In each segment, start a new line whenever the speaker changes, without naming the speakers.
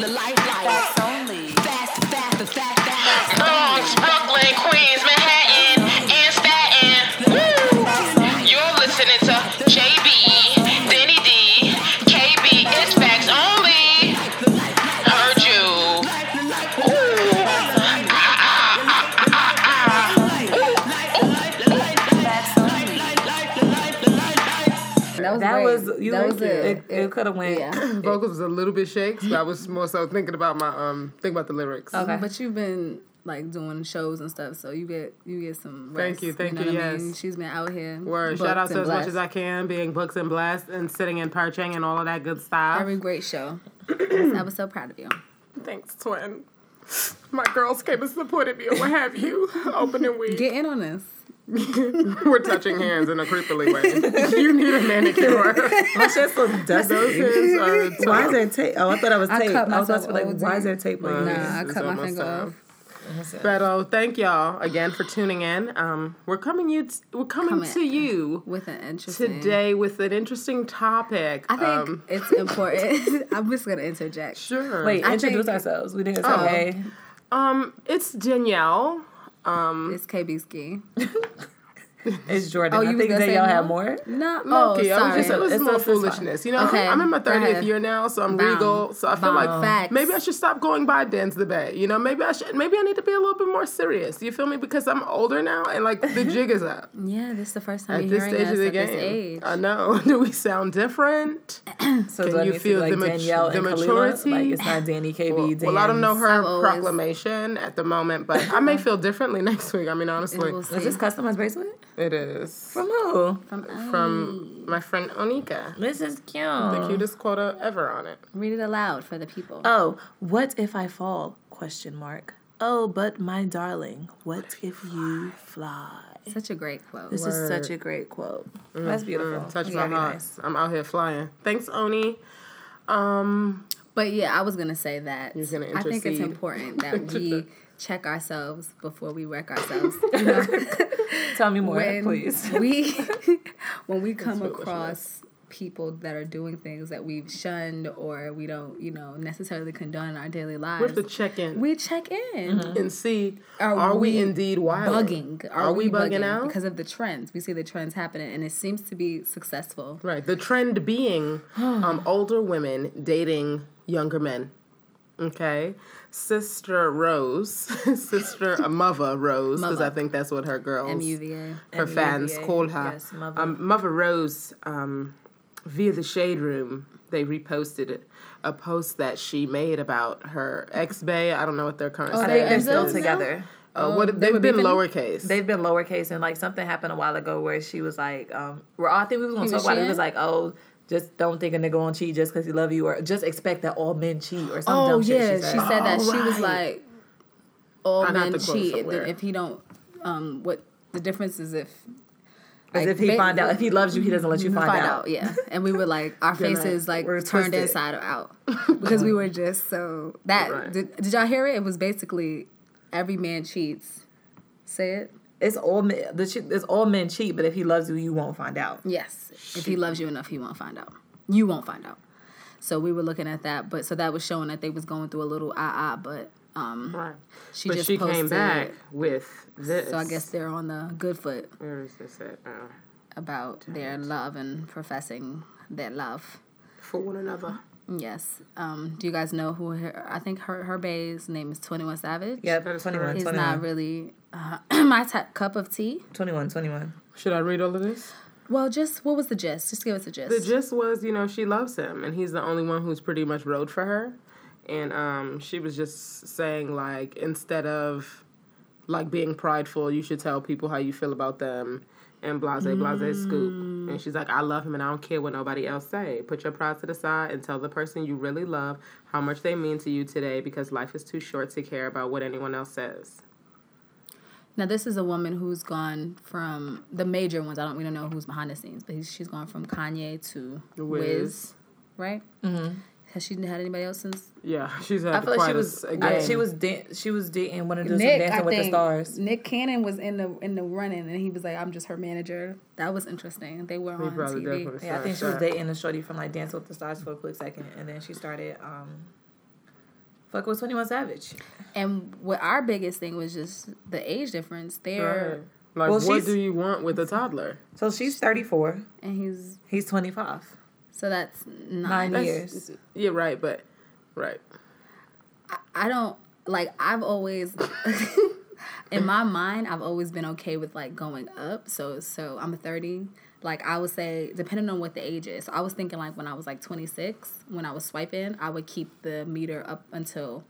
That's only. Fast, fast, fast, fast.
Bronx, Brooklyn, Queens, Manhattan, and Staten. Woo! You're listening to JB, Denny D, KB. It's facts only. Heard you. Ooh. Ah, ah, ah, ah, ah, ah.
That's only.
That was
That
great.
was you.
That
was
was
it.
good.
It, could have went.
Yeah.
Vocals was a little bit shakes, but I was more so thinking about my um, think about the lyrics.
Okay.
But you've been like doing shows and stuff, so you get you get some.
Thank
rest,
you, thank
know
you,
what I mean?
yes.
she's been out here.
Word.
booked
Shout out to
and
as much
blessed.
as I can, being booked and blessed, and sitting and perching and all of that good stuff.
Every great show. I was so proud of you.
Thanks, twin. My girls came and supported me, or what have you. Opening week.
Get in on this.
We're touching hands in a creepily way. you need a manicure.
My shit's so dusty.
Those hands are
Why
tough.
is there tape? Oh, I thought I was
I
tape.
cut
I, was about to be
myself
like,
all
why is
day.
there tape? Like,
Nah,
this?
I
It's
cut my
almost
finger
time.
off.
But oh, thank y'all again for tuning in. Um, we're coming you. T- we're coming,
Coming.
to you
with an interesting
today with an interesting topic.
I think
Um,
it's important. I'm just gonna interject.
sure.
Wait,
I
introduce
think-
ourselves. We didn't say. hey.
Um, it's Danielle. Um,
It's KB Ski.
It's Jordan.
Oh,
I
you was
think
gonna
that
say
y'all
no?
have more.
No, oh,
low-key, I was
sorry.
just, it was
It's
more
not- it's fine.
foolishness. You know,
Okay,
I'm in my
go
30th
ahead.
year now, so I'm
Bomb.
regal. So I feel
Bomb.
like
Facts.
maybe I should stop going by Dan's the Bay. You know, maybe I should. Maybe I need to be a little bit more serious. You feel me? Because I'm older now, and like the jig is up
yeah, this is the first time
at
you're
this
hearing
stage
us
of the
at this
game.
age.
I know. Do we sound different?
So
Can
do I
you
need to
feel
be, like
the mat-
Danielle
the
and Kalila?
maturity?
Like it's not Danny KB.
Well, well, I don't know her
I've always-
proclamation at the moment, but I may feel differently next week. I mean, honestly,
We'll see.
Is this customized bracelet
it is
from who?
From, uh,
from my friend Onika.
This is cute.
The cutest quota ever on it.
read it aloud for the people.
Oh, what if I fall? Question mark. Oh, but my darling, what if you fly?
Such a great quote.
This is such a great quote. That's beautiful.
Touch
Very
Mm, my heart.
nice.
I'm out here flying. Thanks, Oni. Um,
But yeah, I was gonna say that.
gonna
I think it's
intercede.
important that we check ourselves before we wreck ourselves. You know?
Tell me more,
when
please.
we when we come across people that are doing things that we've shunned or we don't, you know, necessarily condone in our daily
we have
lives.
to check in
we check in.
and see
Are
are, we,
we
indeed wild?
Bugging.
Mm-hmm. Are we bugging out?
Because of the trends. We see the trends happening and it seems to be successful.
Right. The trend being um, older women dating younger men. Okay. Sister Rose, sister uh, Mother Rose, because I
Mother.
think that's what her girls,
MUVA.
her fans
MUVA,
called her.
yes, Mother.
Um, Mother Rose, um, via the Shade Room, they reposted it. A post that she made about her ex bay. I don't know what their current
Oh, they-
status
They're
And
still
those-
together.
Uh, what they've
Oh, were
been
beefing?
lowercase.
They've been lowercase and like something happened a while ago where she was like, um, we're all I think we was gonna
Who
talk
was
about
she
it. It was
in?
like, oh, just don't think a nigga won't cheat just because he love you or just expect that all men cheat or some
Oh
dumb shit.
yeah, she said, that she was
right.
like, "All
I'd have
men
to quote
cheat
somewhere.
if he don't." Um, what the difference is if
As
like,
if he
ba-
find out if he loves you, he doesn't let you Mm-hmm. find,
find
out.
out, yeah. And we were like, our faces like
we're
turned
twisted.
inside out because we were just so that.
Right.
Did, did y'all hear it? It was basically every man cheats. Say it.
It's all men. The che- it's all men cheat, but if he loves you, you won't find out.
Yes. If he loves you enough, he won't find out. You won't find out. So we were looking at that, but so that was showing that they was going through a little ah ah, but um,
Right.
she
but
just
she
posted.
came back with this.
So I guess they're on the good foot.
Where is this at? Uh,
about their love and professing their love.
for one another.
Yes. Um, do you guys know who her? I think her her bae's name is Twenty One Savage.
Yeah,
That is
21,
correct.
He's
21,
not really uh, my t- cup of tea.
21, 21.
Should I read all of this?
Well, just what was the gist? Just give us a gist.
The gist was, you know, she loves him, and he's the only one who's pretty much rode for her. And um, she was just saying, like, instead of like being prideful, you should tell people how you feel about them. And blase, blase, scoop. And she's like, I love him, and I don't care what nobody else say. Put your pride to the side and tell the person you really love how much they mean to you today, because life is too short to care about what anyone else says.
Now this is a woman who's gone from the major ones. I don't we don't know who's behind the scenes, but he's, she's gone from Kanye to Wiz,
Wiz.
right? Mm-hmm. Has she had anybody else since
Yeah, she's had
I feel like she
was
was. I, she was. Dan- she was dating one of those
Nick,
dancing
I
with
think
the stars.
Nick Cannon was in the in the running, and he was like, "I'm just her manager." That was interesting. They were on
probably
TV.
definitely
Yeah, I think she was
Sorry.
dating a shorty from like Dancing with the Stars for a quick second, and then she started um Fuck with 21 Savage.
And what our biggest thing was just the age difference. There,
Like,
Well,
what
she's-
do you want with a toddler?
So she's 34.
and he's
He's 25.
so that's nine.
Nine
That's-
years.
Yeah, right, but right.
I don't like. I've always. In my mind, I've always been okay with like going up. So, so I'm 30. Like I would say, depending on what the age is. So I was thinking like when I was like 26, when I was swiping, I would keep the meter up until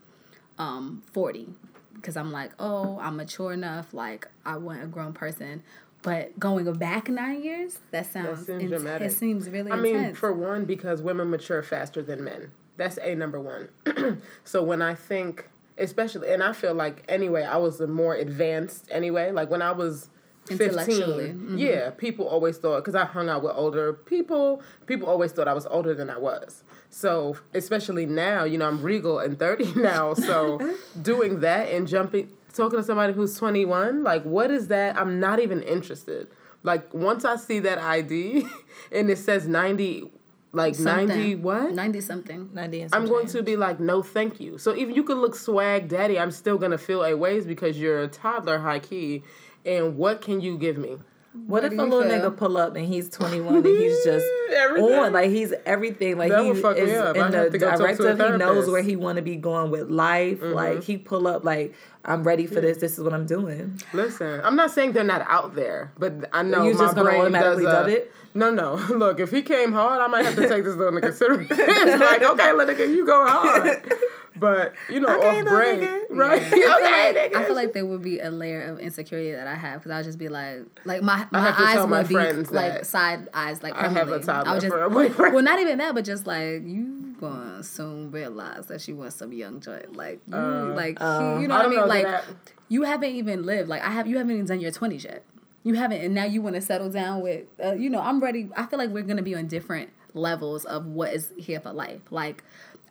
um 40 because I'm like, oh, I'm mature enough. Like I want a grown person. But going back nine years, that sounds
seems
int-
dramatic.
It seems really
I
intense.
mean, for one, because women mature faster than men. That's a number one. so when I think, especially, and I feel like anyway, I was the more advanced anyway. Like when I was. 15
Intellectually,
yeah people always thought because i hung out with older people people always thought i was older than i was so especially now you know i'm regal and 30 now so doing that and jumping talking to somebody who's 21 like what is that i'm not even interested like once i see that id and it says 90 like
Something.
90 what
90 something.
90 and
I'm going
something.
to be like, no, thank you. So even you could look swag daddy, I'm still gonna feel a ways because you're a toddler high key. And what can you give me?
What if a
do you
little
feel?
nigga pull up and he's 21 and he's just
Everything.
on, like he's everything, like
That
he
would fuck me
is
up. I'd
in
have
the
to go talk to a
directive. He knows
therapist. Mm-hmm.
where he want to be going with life. Like he pull up, like I'm ready for this. This is what I'm doing.
Listen, I'm not saying they're not out there, but I know
You're
my
just gonna
brain
automatically
does a-
dub it?
No, no. Look, if he came hard, I might have to take this little nigga serious. like, okay, little nigga, you going hard. But you know,
Okay,
off
little
brain,
nigga.
right?
I
okay,
feel like-
nigga.
I feel like there would be a layer of insecurity that I have because I'll just be like, like my,
I
my
have to
eyes
tell
would
my
be
friends
like
that
side eyes, like
I have a
Emily. I
toddler
would just,
for a boyfriend.
well, not even that, but just like you gonna soon realize that she wants some young joint, like you, like she- you know
Uh, I
what I
don't
mean,
know
like
that-
you haven't even lived, like I have, you haven't even done your twenties yet, you haven't, and now you want to settle down with, uh, you know, I'm ready. I feel like we're gonna be on different levels of what is here for life. Like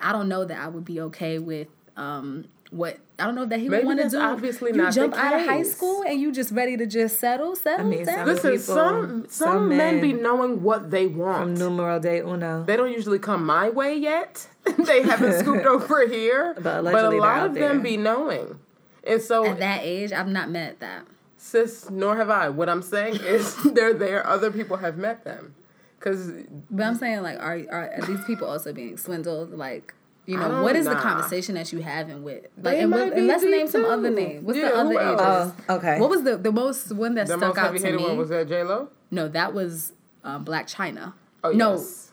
I don't know that I would be okay with. um what I don't know that he
Maybe
want to
that's
do.
obviously
you
not the
jump out of high
case.
school and you just ready to just settle, settle
mean,
down.
some-
Listen,
people-
some some,
some
men,
men-
be knowing what they
I'm
want.
numero de uno.
they don't usually come my way yet. they haven't scooped over here. But, a
allegedly
lot
they're
of
out
them
there.
be knowing. And so
At that age, I've not met that.
sis, nor have I. What I'm saying is they're there. Other people have met them. Cause
But I'm saying, like, are are, are these people also being swindled? Like, you
I
know,
don't-
what is
Oh, nah.
the conversation that you having with? Like,
They
and,
might
what,
be
and let's
deep
name some
too.
other name. What's
Yeah,
the
who
other
else?
ages?
Oh, okay.
What was the the most one that
the
stuck
most
out
heavy
to
hitting
me?
one was uh, that J Lo.
no, that was um, Black China.
Oh
no,
yes.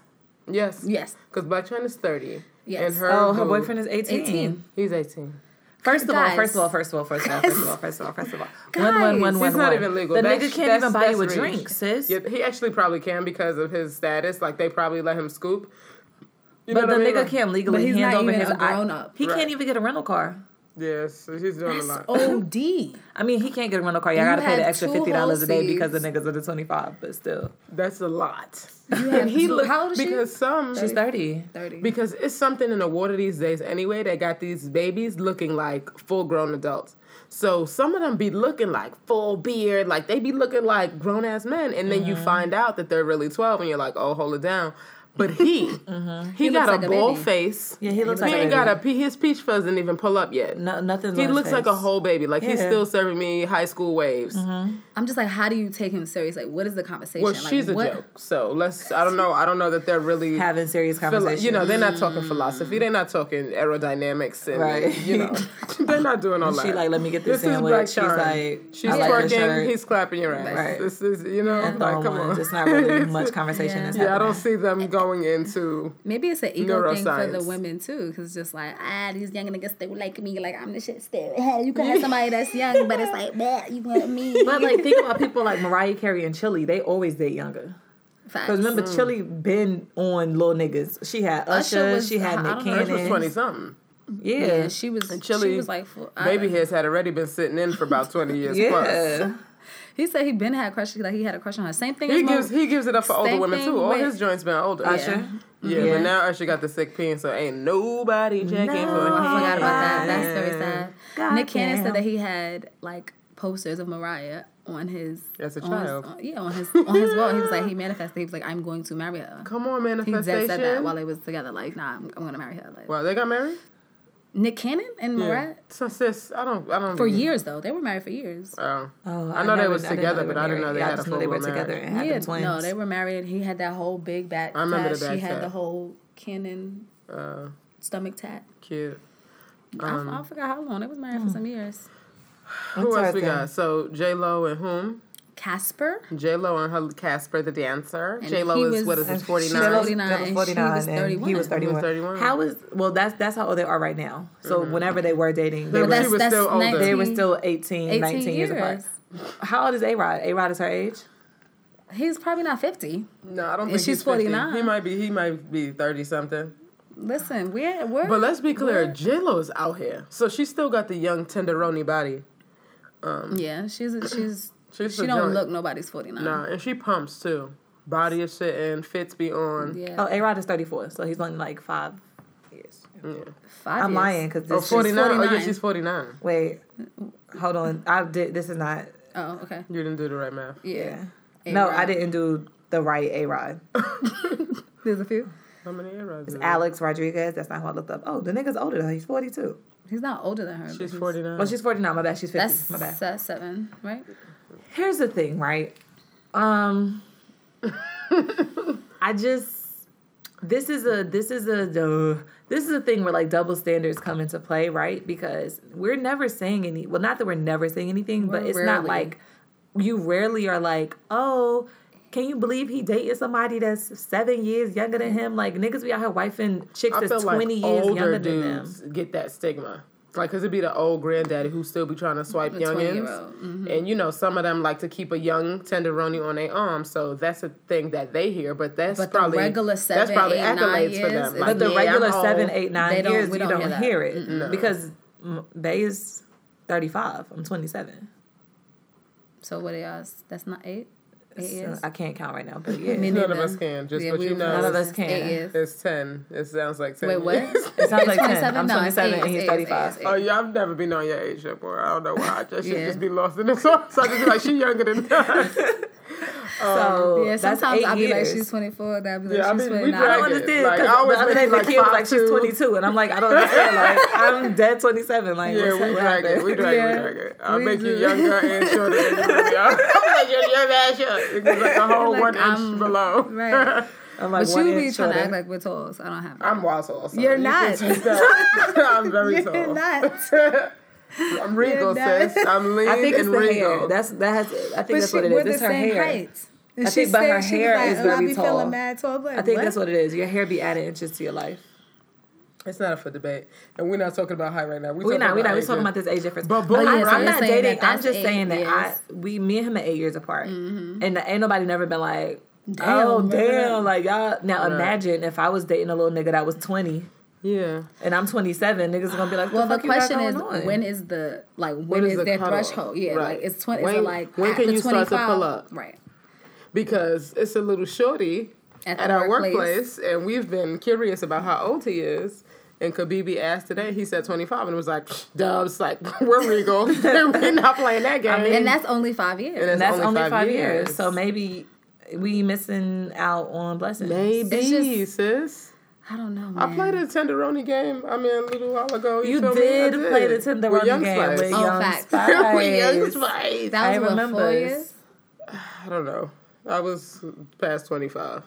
Yes.
Yes.
Because Black China's thirty.
Yes.
And her
Oh, her
boo-
boyfriend is 18.
18.
He's eighteen.
First of all,
Guys.
first of all, first of all, first of all, first of all, first of all, first of all. One,
Guys.
one, one,
He's
one.
It's not
one.
even legal.
The
That's-
nigga can't
that's-
even buy
that's
you a
rich.
drink, sis.
Yeah, he actually probably can because of his status. Like they probably let him scoop. You know
But the
what I mean?
nigga
Like-
can't legally
But he's
hand
not
over
even
his
a
I-
grown-up.
He
Right.
can't even get a rental car.
Yes, he's doing a lot.
Od.
I mean, he can't get a rental car. Y'all
You
gotta pay the
have
extra
two
fifty dollars a day
whole
because the niggas are the twenty five. But still,
That's a lot.
have
And he
to-
looked
how old is she?
because some
she's thirty.
Thirty.
because it's something in the water these days anyway that got these babies looking like full grown adults. So some of them be looking like full beard, like they be looking like grown ass men, and then you
Mm-hmm.
find out that they're really twelve, and you're like, oh, hold it down. But he,
Mm-hmm.
he,
looks
got a
like a
bald
baby.
face.
Yeah, he looks
He
like
ain't
a Mm,
got a pe- his peach fuzz didn't even pull up yet.
No, nothing's
He
on his
looks like a
face.
whole baby. Like he's
Yeah. Mm-hmm.
still serving me high school waves.
I'm just like, how do you take him serious? Like, what is the conversation?
Well,
like,
she's a
what-
joke. So let's. I don't know. I don't know that they're really
having serious
Philo-
conversations.
you know, they're not talking philosophy. They're not talking aerodynamics, and
Mm. Right.
you know, they're not doing all that.
she like, let me get this,
is
sandwich.
Black
She's
Sharon.
like,
she's
I like your
twerking.
shirt.
He's clapping your ass.
Right.
This is, you know,
And
like,
throwing
come
one.
on.
There's not really much conversation.
Yeah.
That's
yeah, I
happening.
don't see them going into.
Maybe it's an ego thing for the
Neuroscience.
women too, because it's just like ah, these young niggas they like me, like I'm the shit still. Hey, you could have somebody that's young, but it's like bah, you want me?
But like, think about people like Mariah Carey and Chili. They always date younger. Because
Facts.
remember, Chili been on little niggas. She had
Usher
Usher.
was-
she had Nick
I don't know, Usher
This was
Cannon.
twenty something.
Yeah.
Yeah, she was.
Chili,
she was like, full, I-
Baby his had already been sitting in for about twenty years plus.
yeah.
He said he been had crush. Like he had a crush on her. Same thing.
He
as Mo-
gives he gives it up for older
Same
women
thing
too. All
with-
his joints been older.
Usher.
Yeah,
Yeah.
but now Usher got the sick pin, so ain't nobody checking for
No.
him.
I forgot about that. That's very sad.
God
Nick Cannon
damn.
said that he had like posters of Mariah on his
As a
on his-
child.
on- yeah, on his on his wall. He was like he manifested. He was like, I'm going to marry her.
Come on,
He
manifestation.
just said that while they was together. Like, nah, I'm, I'm gonna marry her. Like,
Well, they got married.
Nick Cannon and Morat
So sis, I don't, I don't.
for
even-
years though. They were married for years.
Oh,
Oh,
I know they was
didn't
together,
they were
but I didn't know
married.
they
Yeah, I
had a
just know
full
they were
marriage.
together and had
yeah,
the twins.
no, they were married. He had that whole big back.
I remember
tat.
the back
She had
tat.
the whole Cannon
Uh,
stomach tat.
cute.
I,
Um,
I forgot how long they was married
hmm.
for some years.
Who else we
Interesting.
got? So J Lo and whom?
Casper.
J Lo and her Casper the dancer.
And
J Lo
he
is
was-
what is this
and
forty
she
nine?
was- 49,
They
and
were
she was
49, and he was
31.
31.
31.
How is well? That's that's how old they are right now. So whenever they were dating,
They
they,
were-
were,
she was still older.
they were
19
still 18,
18
19 years. apart.
years.
How old is A Rod? A Rod is her age.
He's probably not fifty.
No, I don't think
And she's
he's 50.
49.
He might be. He might be thirty something.
Listen, we're we're
But let's be clear, J Lo is out here, so she still got the young tenderoni body.
yeah. She's a, she's
She's
she
a
don't
joint.
look nobody's forty nine.
Nah, and she pumps too. Body is sitting, fits be on.
Yeah,
Oh, A Rod is 34, so he's only like five years.
five
I'm
years.
lying because
Oh,
this. is
49. Oh, yeah,
49.
she's 49.
wait, hold on. I did. This is not.
Oh, okay.
You didn't do the right math.
Yeah,
No, I
A-Rod.
didn't do the right A Rod.
there's a few.
How many arrows?
Mm-hmm.
is it?
Alex Rodriguez. That's not who I looked up. Oh, the nigga's older than her. He's 42.
He's not older than her. but
She's
he's-
49.
Well, she's 49. My bad. She's 50.
Mm. That's
My bad.
se- seven, right?
Here's the thing, right? Um I just this is a this is a duh. this is a thing where like double standards come into play, right? Because we're never saying any well, not that we're never saying anything, but
We're
it's not
rarely.
like you rarely are like, "Oh, can you believe he dated somebody that's seven years younger than him? Like niggas be out here wifing chicks
I feel
that's
like
twenty years
older
younger than them.
dudes get that stigma. Like, cause it'd be the old granddaddy who still be trying to swipe
The
youngins,
20-year-old.
and you know some of them like to keep a young tenderoni on their arm, so that's a thing that they hear. But that's
But the
probably
regular seven, eight, nine years is-
Like,
But the
yeah, I'm
regular
old.
seven, eight, nine
They don't-
years,
we
you
don't
don't
hear
hear,
that.
it because m- Bay is thirty five. I'm twenty seven.
So what else? That's not eight. Eight
So
years.
I can't count right now, but yeah,
Me
None of
neither.
us can, just
yeah,
but
we
you
were-
know. None
of us can.
Eight years.
It's ten. It sounds like ten.
Wait, what?
years.
it sounds like ten.
27?
I'm
No, it's
twenty seven
eight,
and he's
it's eight,
thirty
it's
five.
eight,
Oh yeah, I've never been on your age up more. I don't know why. I just should
Yeah.
just be lost in the sauce. I just be like, she younger than us.
So
Yeah,
that's
sometimes
eight
I'll be like,
years.
she's 24, and I'll be like,
Yeah, I
she's
mean, we
29.
drag
I
it.
don't understand.
Like,
'cause
I always
the other
make
day,
it
my
like
kid was like, she's
5'2".
22. And I'm like, I don't understand. Like, I'm dead 27. Like,
Yeah,
what's
we
what
drag it.
happened?
We drag it.
Yeah.
We drag it. I'll
We
make you
do.
younger and shorter than you really are. I'm like, you're young ass short. It's like a whole
Like,
one
I'm-
um,
inch below.
Right.
I'm like,
But
one
you be
inch
trying to
shorter.
act like we're tall, so I don't have it.
I'm wild tall. So
You're
you can
not.
take that. I'm very tall.
You're not.
I'm regal,
You're
sis. I'm lean
I think it's
and
the
regal.
hair. That's, that has, I think
But
that's
she,
what it
we're
is.
the
It's her
same
hair.
height. I
think, but her hair is
like,
gonna
oh, I
be
be
tall.
feeling mad tall. I'm like,
I think that's what it is. Your hair be adding inches to your life.
it's not up for debate. And we're not talking about height right now. We're,
We're
talking
not. We're not. We're
ages.
talking about this age difference.
But boom,
yeah,
I'm,
so
right?
I'm
you're
not
saying
dating.
that
I'm
that's
just
eight
saying that I
years. Mm-hmm.
we me and him are eight years apart, and ain't nobody never been like,
Damn,
oh
remember
damn, like y'all. Now
Right.
imagine if I was dating a little nigga that was twenty
Yeah.
and I'm 27, niggas gonna be like,
Well, the question is, when
when
is the like when,
When is
is,
the
their
cutoff?
threshold? Yeah,
Right.
like it's twenty.
When-
like
when can
after
you start to
25?
pull up?
Right.
because it's a little shorty at,
At the
our workplace.
workplace.
and we've been curious about how old he is. And Khabibi asked today, he said 25, and it was like, dubs, like, we're regal. we're not playing that game.
And that's only five years.
And
that's only five, years. so maybe we missing out on blessings.
Maybe,
It's
sis.
I don't know.
I
Man.
played a tenderoni game, I mean, a little while ago. You,
You
feel me? I
did play the Tinder
With Young
game
Spice.
with
Oh,
Young
facts.
Spice.
With Young
That
Spice.
was
I
what, four
remember.
years.
I don't know. I was past 25.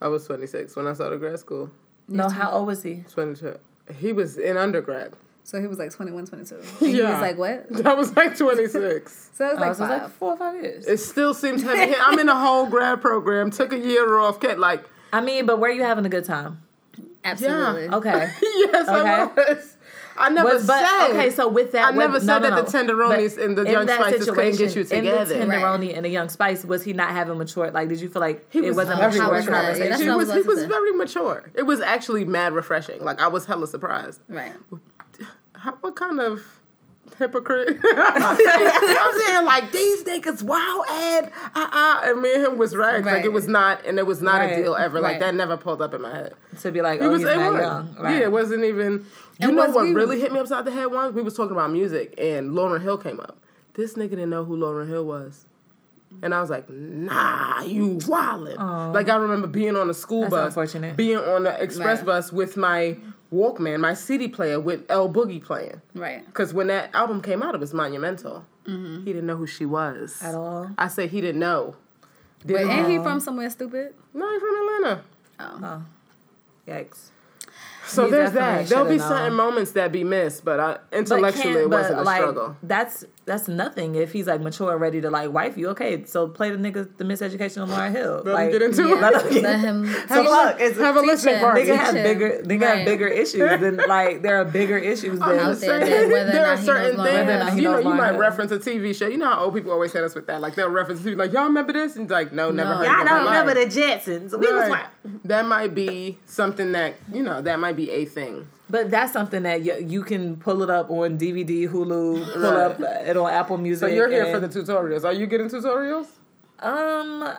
I was 26 when I started grad school.
No, how old was he?
22. He was in undergrad.
So he was like 21, 22. And He
Yeah.
was like what?
That was like 26.
So it was
I
like
was
five.
like four or five years.
it still seems heavy. I'm in the whole grad program. Took a year off. Kept like,
I mean, but were you having a good time?
Absolutely.
Okay.
yes, I
Okay.
was. I never
But, but
said.
okay, so with that,
I never
with-
said
no, no,
that the
no.
tenderonis
But
and the
in
young
that
spices couldn't get you
situation,
together.
In the
Right.
tenderoni and the young spice, was he not having mature? Like, did you feel like
He
it
was
wasn't
very
mature
mature. Yeah, that's
conversation?
what
He
I
was,
was
he
about to
was
say.
very mature. It was actually mad refreshing. Like I was hella surprised.
Right.
How, what kind of hypocrite? I'm saying like these niggas wild ad uh uh and me and him was rags. Like it
Right.
was not and it was not a
Right,
deal ever. Like
right.
that never pulled up in my head.
To be like,
He
oh,
was
he's
it
not
was.
young. Right.
Yeah, it wasn't even. You
And
know
was
what
we-
really hit me upside the head once? We was talking about music, and Lauren Hill came up. This nigga didn't know who Lauren Hill was. And I was like, nah, you wildin'. Like I remember being on a school
That's
bus,
unfortunate.
being on the express
Right.
bus with my Walkman, my CD player with El Boogie playing.
Right.
Because when that album came out, it was monumental. He didn't know who she was
Mm-hmm. At all.
I say he didn't know.
But ain't he from somewhere stupid?
No, he's from Atlanta.
Yikes.
So
He
there's
definitely
that. There'll be
should've known.
certain moments that be missed, but I,
But
intellectually
can't-
it
but,
wasn't a
like,
struggle.
That's that's nothing. If he's like mature and ready to like wife you, okay. So play the nigga the miseducation of Lauren Hill.
Let him
like,
get into it.
Let him get-
Let him
So fuck, it's-
have a listen
teacher,
party.
Nigga have
teacher.
bigger nigga
Right.
have bigger issues than like there are bigger issues than
out there that whether or
there
not
are
he
certain
knows Lauren Hill.
things. You
knows
know, you
Lauren
might
Hill.
reference a TV show. You know how old people always hit us with that. Like they'll reference a TV, like y'all remember this, and like no, never.
No.
heard of
I
it in my
don't remember
life.
the Jetsons. We was
Right.
like,
That might be something that you know. That might be a thing.
but that's something that you, you can pull it up on DVD, Hulu, pull
Right.
up it on Apple Music.
So you're here for
and-
the tutorials. Are you getting tutorials?
um.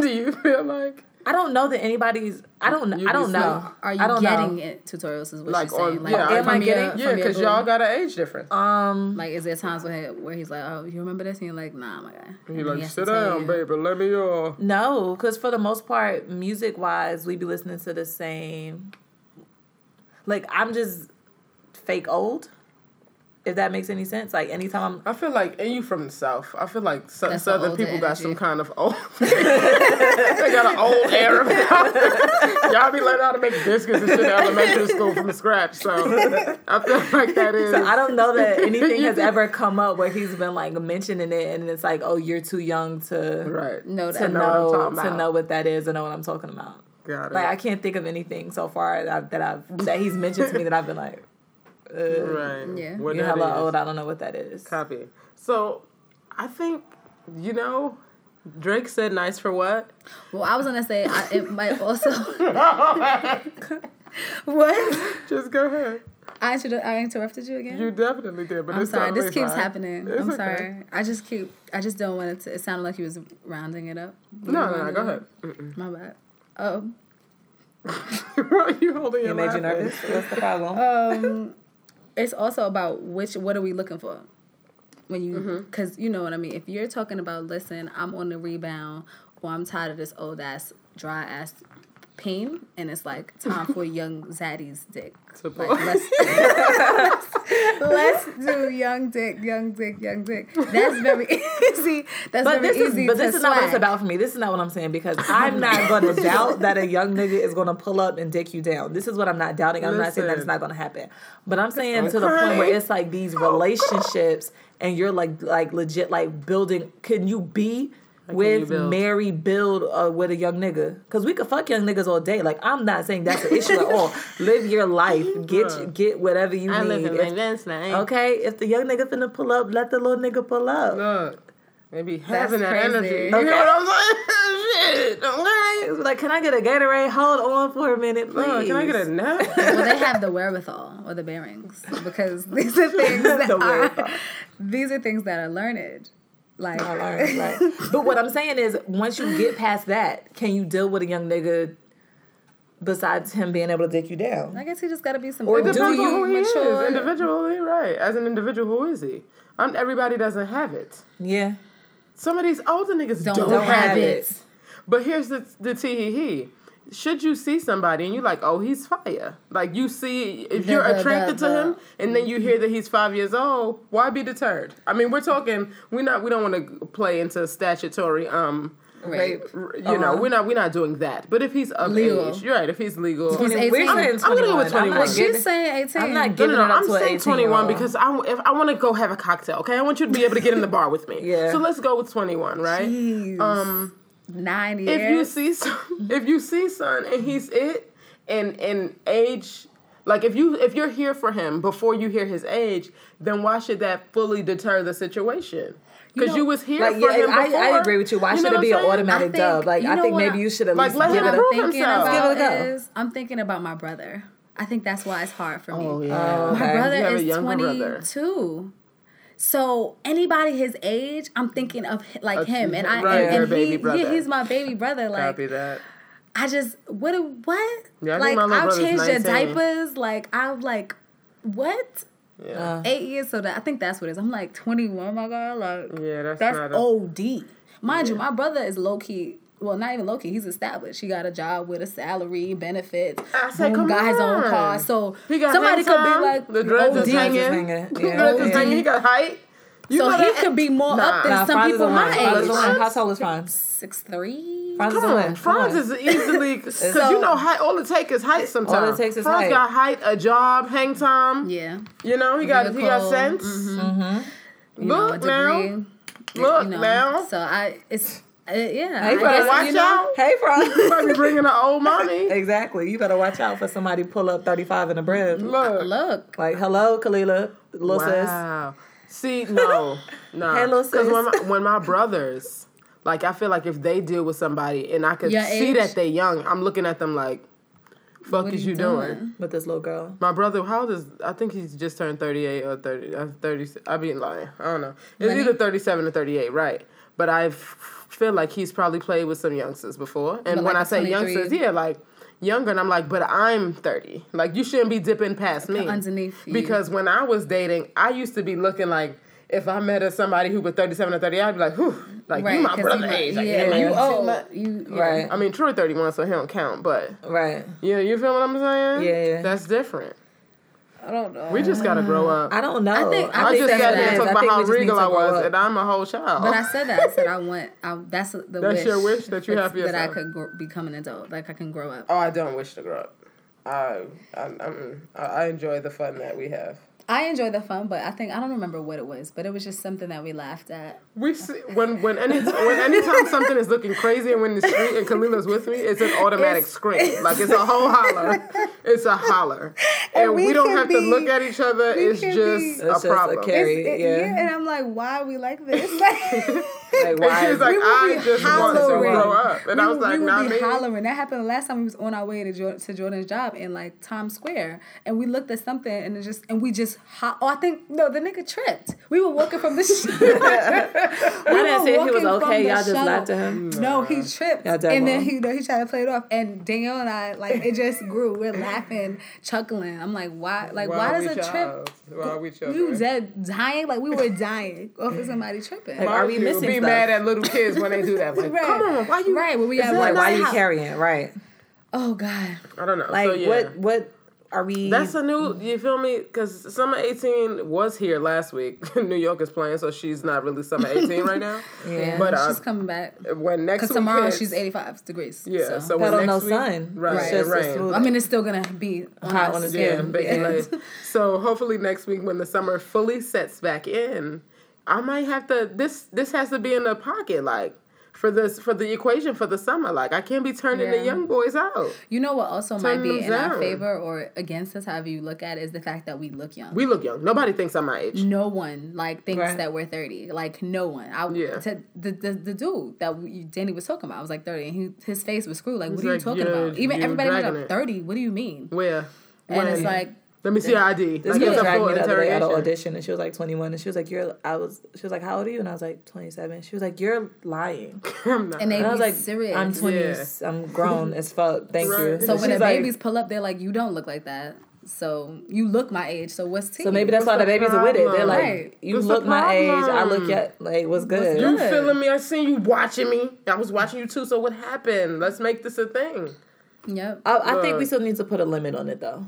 Do you feel like
I don't know that anybody's. I don't.
You
I don't
be
know.
Are
I
you
don't
getting
know.
it? Tutorials is what
like
she's saying.
on
like,
yeah?
from
am I
your-
getting-
from
yeah?
your
Because
group.
y'all got an age difference.
Um,
Like, is there times where where he's like, "Oh, you remember this?" And you're like, "Nah, my guy."
You're like sit down, baby. Let me uh.
no, because for the most part, music wise, we be listening to the same. Like I'm just fake old, if that makes any sense. Like anytime I'm,
I feel like, and you from the south. I feel like sou-
That's the
southern
older
people got
energy.
some kind of old. they got an old hair. Y'all be learning how to make biscuits and shit in elementary school from scratch. So I feel like that is.
I don't know that anything has ever come up where he's been like mentioning it, and it's like, oh, you're too young to
Right.
No,
to
that
know what I'm
know
talking
to
about.
know what that is and know what I'm talking about.
Got it.
Like I can't think of anything so far that I've, that I've that he's mentioned to me that I've been like. Uh,
right.
Yeah.
What
You're
that
hella
is.
old. I don't know what that is.
Copy. So I think, you know, Drake said nice for what?
Well, I was gonna say I, it might also. what?
Just go ahead.
I should I interrupted you again.
You definitely did, but
I'm
it's
sorry. This
totally
keeps
fine.
happening.
It's
I'm
okay.
sorry. I just keep. I just don't want it to. It sounded like he was rounding it up.
No, no, no, go ahead.
My bad. Um.
Why are you holding your
It made you
laughing?
nervous. What's the problem?
um it's also about which what are we looking for when you because you know what i mean if you're talking about listen i'm on the rebound or i'm tired of this old ass dry ass pain and it's like time for young zaddy's dick
To
like,
pull.
let's, let's do young dick young dick young dick that's very easy that's
but this
very
is
easy
but
to
this is not what it's
swag.
about for me. This is not what I'm saying because I'm not gonna doubt that a young nigga is gonna pull up and dick you down. This is what I'm not doubting. I'm not saying that it's
Listen.
not gonna happen. But I'm saying to the point
crying.
where it's like these relationships and you're like like legit like building. Can you be? With
build?
Mary build uh, with a young nigga, cause we could fuck young niggas all day. Like I'm not saying that's an issue at all. Live your life, get get whatever you
I
need.
live in
If-
my best life.
Okay, if the young nigga finna pull up, let the little nigga pull up.
Look, maybe having that
crazy.
energy. You
Okay.
know what I'm saying? Shit. Okay.
It's Like, can I get a Gatorade? Hold on for a minute, please.
Look, can I get a nap?
well, they have the wherewithal or the bearings because these are things that
wherewithal.
are these are things that are learned. Like
I learned, right. But what I'm saying is, once you get past that, can you deal with a young nigga besides him being able to dick you down?
I guess he just got to be some.
Or
older.
do
Depends on
you
who he
mature?
is individually, right? As an individual, who is he? I'm, everybody doesn't have it.
Yeah.
Some of these older niggas
Don't
don't,
have
have it.
it.
But here's the the tee hee hee. Should you see somebody and you're like, oh, he's fire. Like you see, if
The-
you're
the- the-
attracted
the-
to him, and then
Mm-hmm.
you hear that he's five years old, why be deterred? I mean, we're talking. We're not. We don't want to play into statutory. Um,
Rape. Uh-huh.
r- you know, we're not. We're not doing that. But if he's of
Legal.
age, you're right. If he's legal,
He's
We're
18.
saying
I'm
gonna go with
21. I'm not
21.
giving-
She's saying eighteen.
I'm not
No,
giving
no, no.
it up
I'm
to an
saying
21
21 because I, if I want to go have a cocktail, okay? I want you to be able to get in the bar with me.
Yeah.
So let's go with 21, right?
Jeez.
Um,
nine years.
if you see son, if you see son and he's it and and age like if you if you're here for him before you hear his age, then why should that fully deter the situation? Because
know,
you, was here
Like,
for
yeah,
him
I,
before.
I agree with you. Why
know
should
what
it
I'm
be an
saying?
automatic
I think-
dub? Like,
you
I
know
think
what
maybe
I-
you should at
Like,
least
let
give it
him
a
prove
thinking
himself.
about
Give it a go.
is I'm thinking about my brother. I think that's why it's hard for me.
Oh, yeah.
My brother
You have a
is
younger brother.
22. So anybody his age, I'm thinking of hi- like him, and I
right,
and,
your
and
baby
he, yeah,
brother.
he's my baby brother. Like
Copy that.
I just what a- what
Yeah, I think
like
my little
I've
brother's
changed your
19.
diapers. Like I'm like what
Yeah.
uh,
eight years so that I think that's what it is. I'm like 21. My God, like
Yeah, that's
that's
not a-
OD. Mind you, my brother is low key well, not even low key. He's established. He got a job with a salary, benefits.
I said,
boom,
come
got his own
on.
car. So
He got
somebody could be
handsome,
like
the dreads
OD.
is hanging.
hanging.
The
Yeah.
dreads is
Yeah.
hanging. He got height. You
So
know
he
that-
could be more
Nah.
up than
Nah,
some
Franz is
people
a
my
win. Franz is a win.
age.
Household is Franz.
Six three.
Franz is
Come
a
on,
win.
Franz
Come
is easily because you know height. All it takes is height. Sometimes
takes is
Franz
height.
got height, a job, hang time.
Yeah.
You know he got he got
Vehicle,
sense.
mm-hmm.
Mm-hmm.
You know, a
Look now,
degree.
look
you know.
now.
So I it's uh, yeah.
Hey,
I
Franz,
guess,
watch
you know-
out.
Hey,
You might
Franz.
be bringing an old mommy.
exactly. You better watch out for somebody pull up 35 in a bread.
Look,
Look.
Like, hello, Kalila, little
Wow. See, no, no.
Hey, little
Because when
sis.
my, when my brothers, like, I feel like if they deal with somebody and I could
Your
see
age?
that they young, I'm looking at them like, "Fuck is you doing?
sis. With this little girl.
My brother, how old is? I think he's just turned 38 or 30. uh, 30 I mean, lying. I don't know. It's
Lenny?
either 37 or 38, right? But I f- feel like he's probably played with some youngsters before. And
But
when
like
I
a
say
23.
youngsters, yeah, like younger. And I'm like, but I'm 30. Like you shouldn't be dipping past me
Underneath you.
because when I was dating, I used to be looking like. If I met a somebody who was 37 or 38, I'd be like, whew, like you my
'cause
brother
you might-
age. Like,
Yeah,
you
you
old.
old. You, yeah.
Right.
I mean, Troy 31, so he don't count, but
Right.
yeah, you feel what I'm saying?
Yeah, yeah.
That's different.
I don't know.
We just gotta grow up.
I don't know.
I think- I
I,
think
just
that's
got
bad.
there and
it is.
talk
I
about
think
how
we just need
regal
to
I
grow
was,
up.
and I'm a whole child.
But I said that. I said I want. I, that's the
That's
wish.
your wish that you
that's-
happy
that I
yourself.
could gr- become an adult. Like I can grow up.
oh, I don't wish to grow up. I, I, I'm, I- I enjoy the fun that we have.
I enjoy the fun, but I think I don't remember what it was. But it was just something that we laughed at.
We see, when when any when anytime something is looking crazy and when the street and Kalila's with me, it's an automatic scream. Like it's a whole holler. It's a holler, and, we,
we
don't
can
have to
be-
look at each other.
we
It's
can
just
be-
a
It's just a
problem.
carry. Very,
It's-
yeah.
And I'm like, why are we like this? Like,
Like, why?
She was like,
We will
I
be
just want to
hollering.
grow up, and
we
I was
would-
like,
we
Nah,
would
me.
be hollering. That happened last time we was on our way to Jordan, to Jordan's job in like Times Square, and we looked at something and it just and we just ho- oh I think no the nigga tripped. We were walking from the. Sh- we
I didn't
were
say he was
walking from
okay.
the
Y'all just
shuttle.
laughed at him.
No, he tripped,
Y'all
and
dead
then
wrong.
he you know, he tried to play it off, and Danielle and I like it just grew. We're laughing, chuckling. I'm like, why? Like why,
are
does
we
a trip?
childs? Why are we
We were
children?
dead dying, like we were dying off of somebody tripping.
Like, are we
People
missing
Be
stuff?
mad at little kids when they do that. Like,
Right.
come on, why you?
right? When we at
Like,
work.
why are you
How-
carrying? Right.
Oh God.
I don't know.
Like,
so, yeah.
what, what are we?
That's a new. You feel me? Because summer eighteen was here last week. New York is playing, so she's not really summer eighteen right now.
Yeah.
But uh,
she's coming back.
when next
Because
week
tomorrow
hits-
she's 85 degrees.
Yeah. So,
so.
when
Pedal
next
no
week,
sun.
Right.
It's
it
just a
rains.
smooth-
I mean, it's still gonna be on
Hot
us
on the
again.
Yeah, bacon
Yeah.
lays. So hopefully next week when the summer fully sets back in, I might have to this this has to be in the pocket like for this for the equation for the summer. Like I can't be turning the
Yeah.
young boys out.
You know what also might be in
them
our
down.
favor or against us, however you look at it, is the fact that we look young.
We look young. Nobody thinks I'm my age.
no one like thinks
Right.
that we're 30 like no one i
Yeah.
to, the, the the dude that we, danny was talking about i was like 30 and he, his face was screwed like what are
like,
you talking
yeah,
about even
you
everybody was
dragging
like
it.
30 what do you mean
Where?
and it's like
Let me see your ID.
This
Like
girl
it's a
dragged
full
me the other day at an
interrogation.
audition, and she was like 21, and she was like, "You're," I was, she was like, "How old are you?" And I was like, "27." She was like, "You're lying."
I'm not.
and they
And I was
be
like,
serious
"I'm 20,
Yeah.
I'm grown as fuck. Thank you."
Right.
so
And
when the
she's like-
babies pull up they're like you don't look like that so you look my age so what's tea
so maybe that's why the
What's
babies
the
are with it. They're
problem?
like,
Right.
"You
What's the
look my age. I look
problem?
at like what's good."
you
good.
feeling me? I seen you watching me. I was watching you too. So what happened? Let's make this a thing.
yep
I, I think we
Look.
still need to put a limit on it though.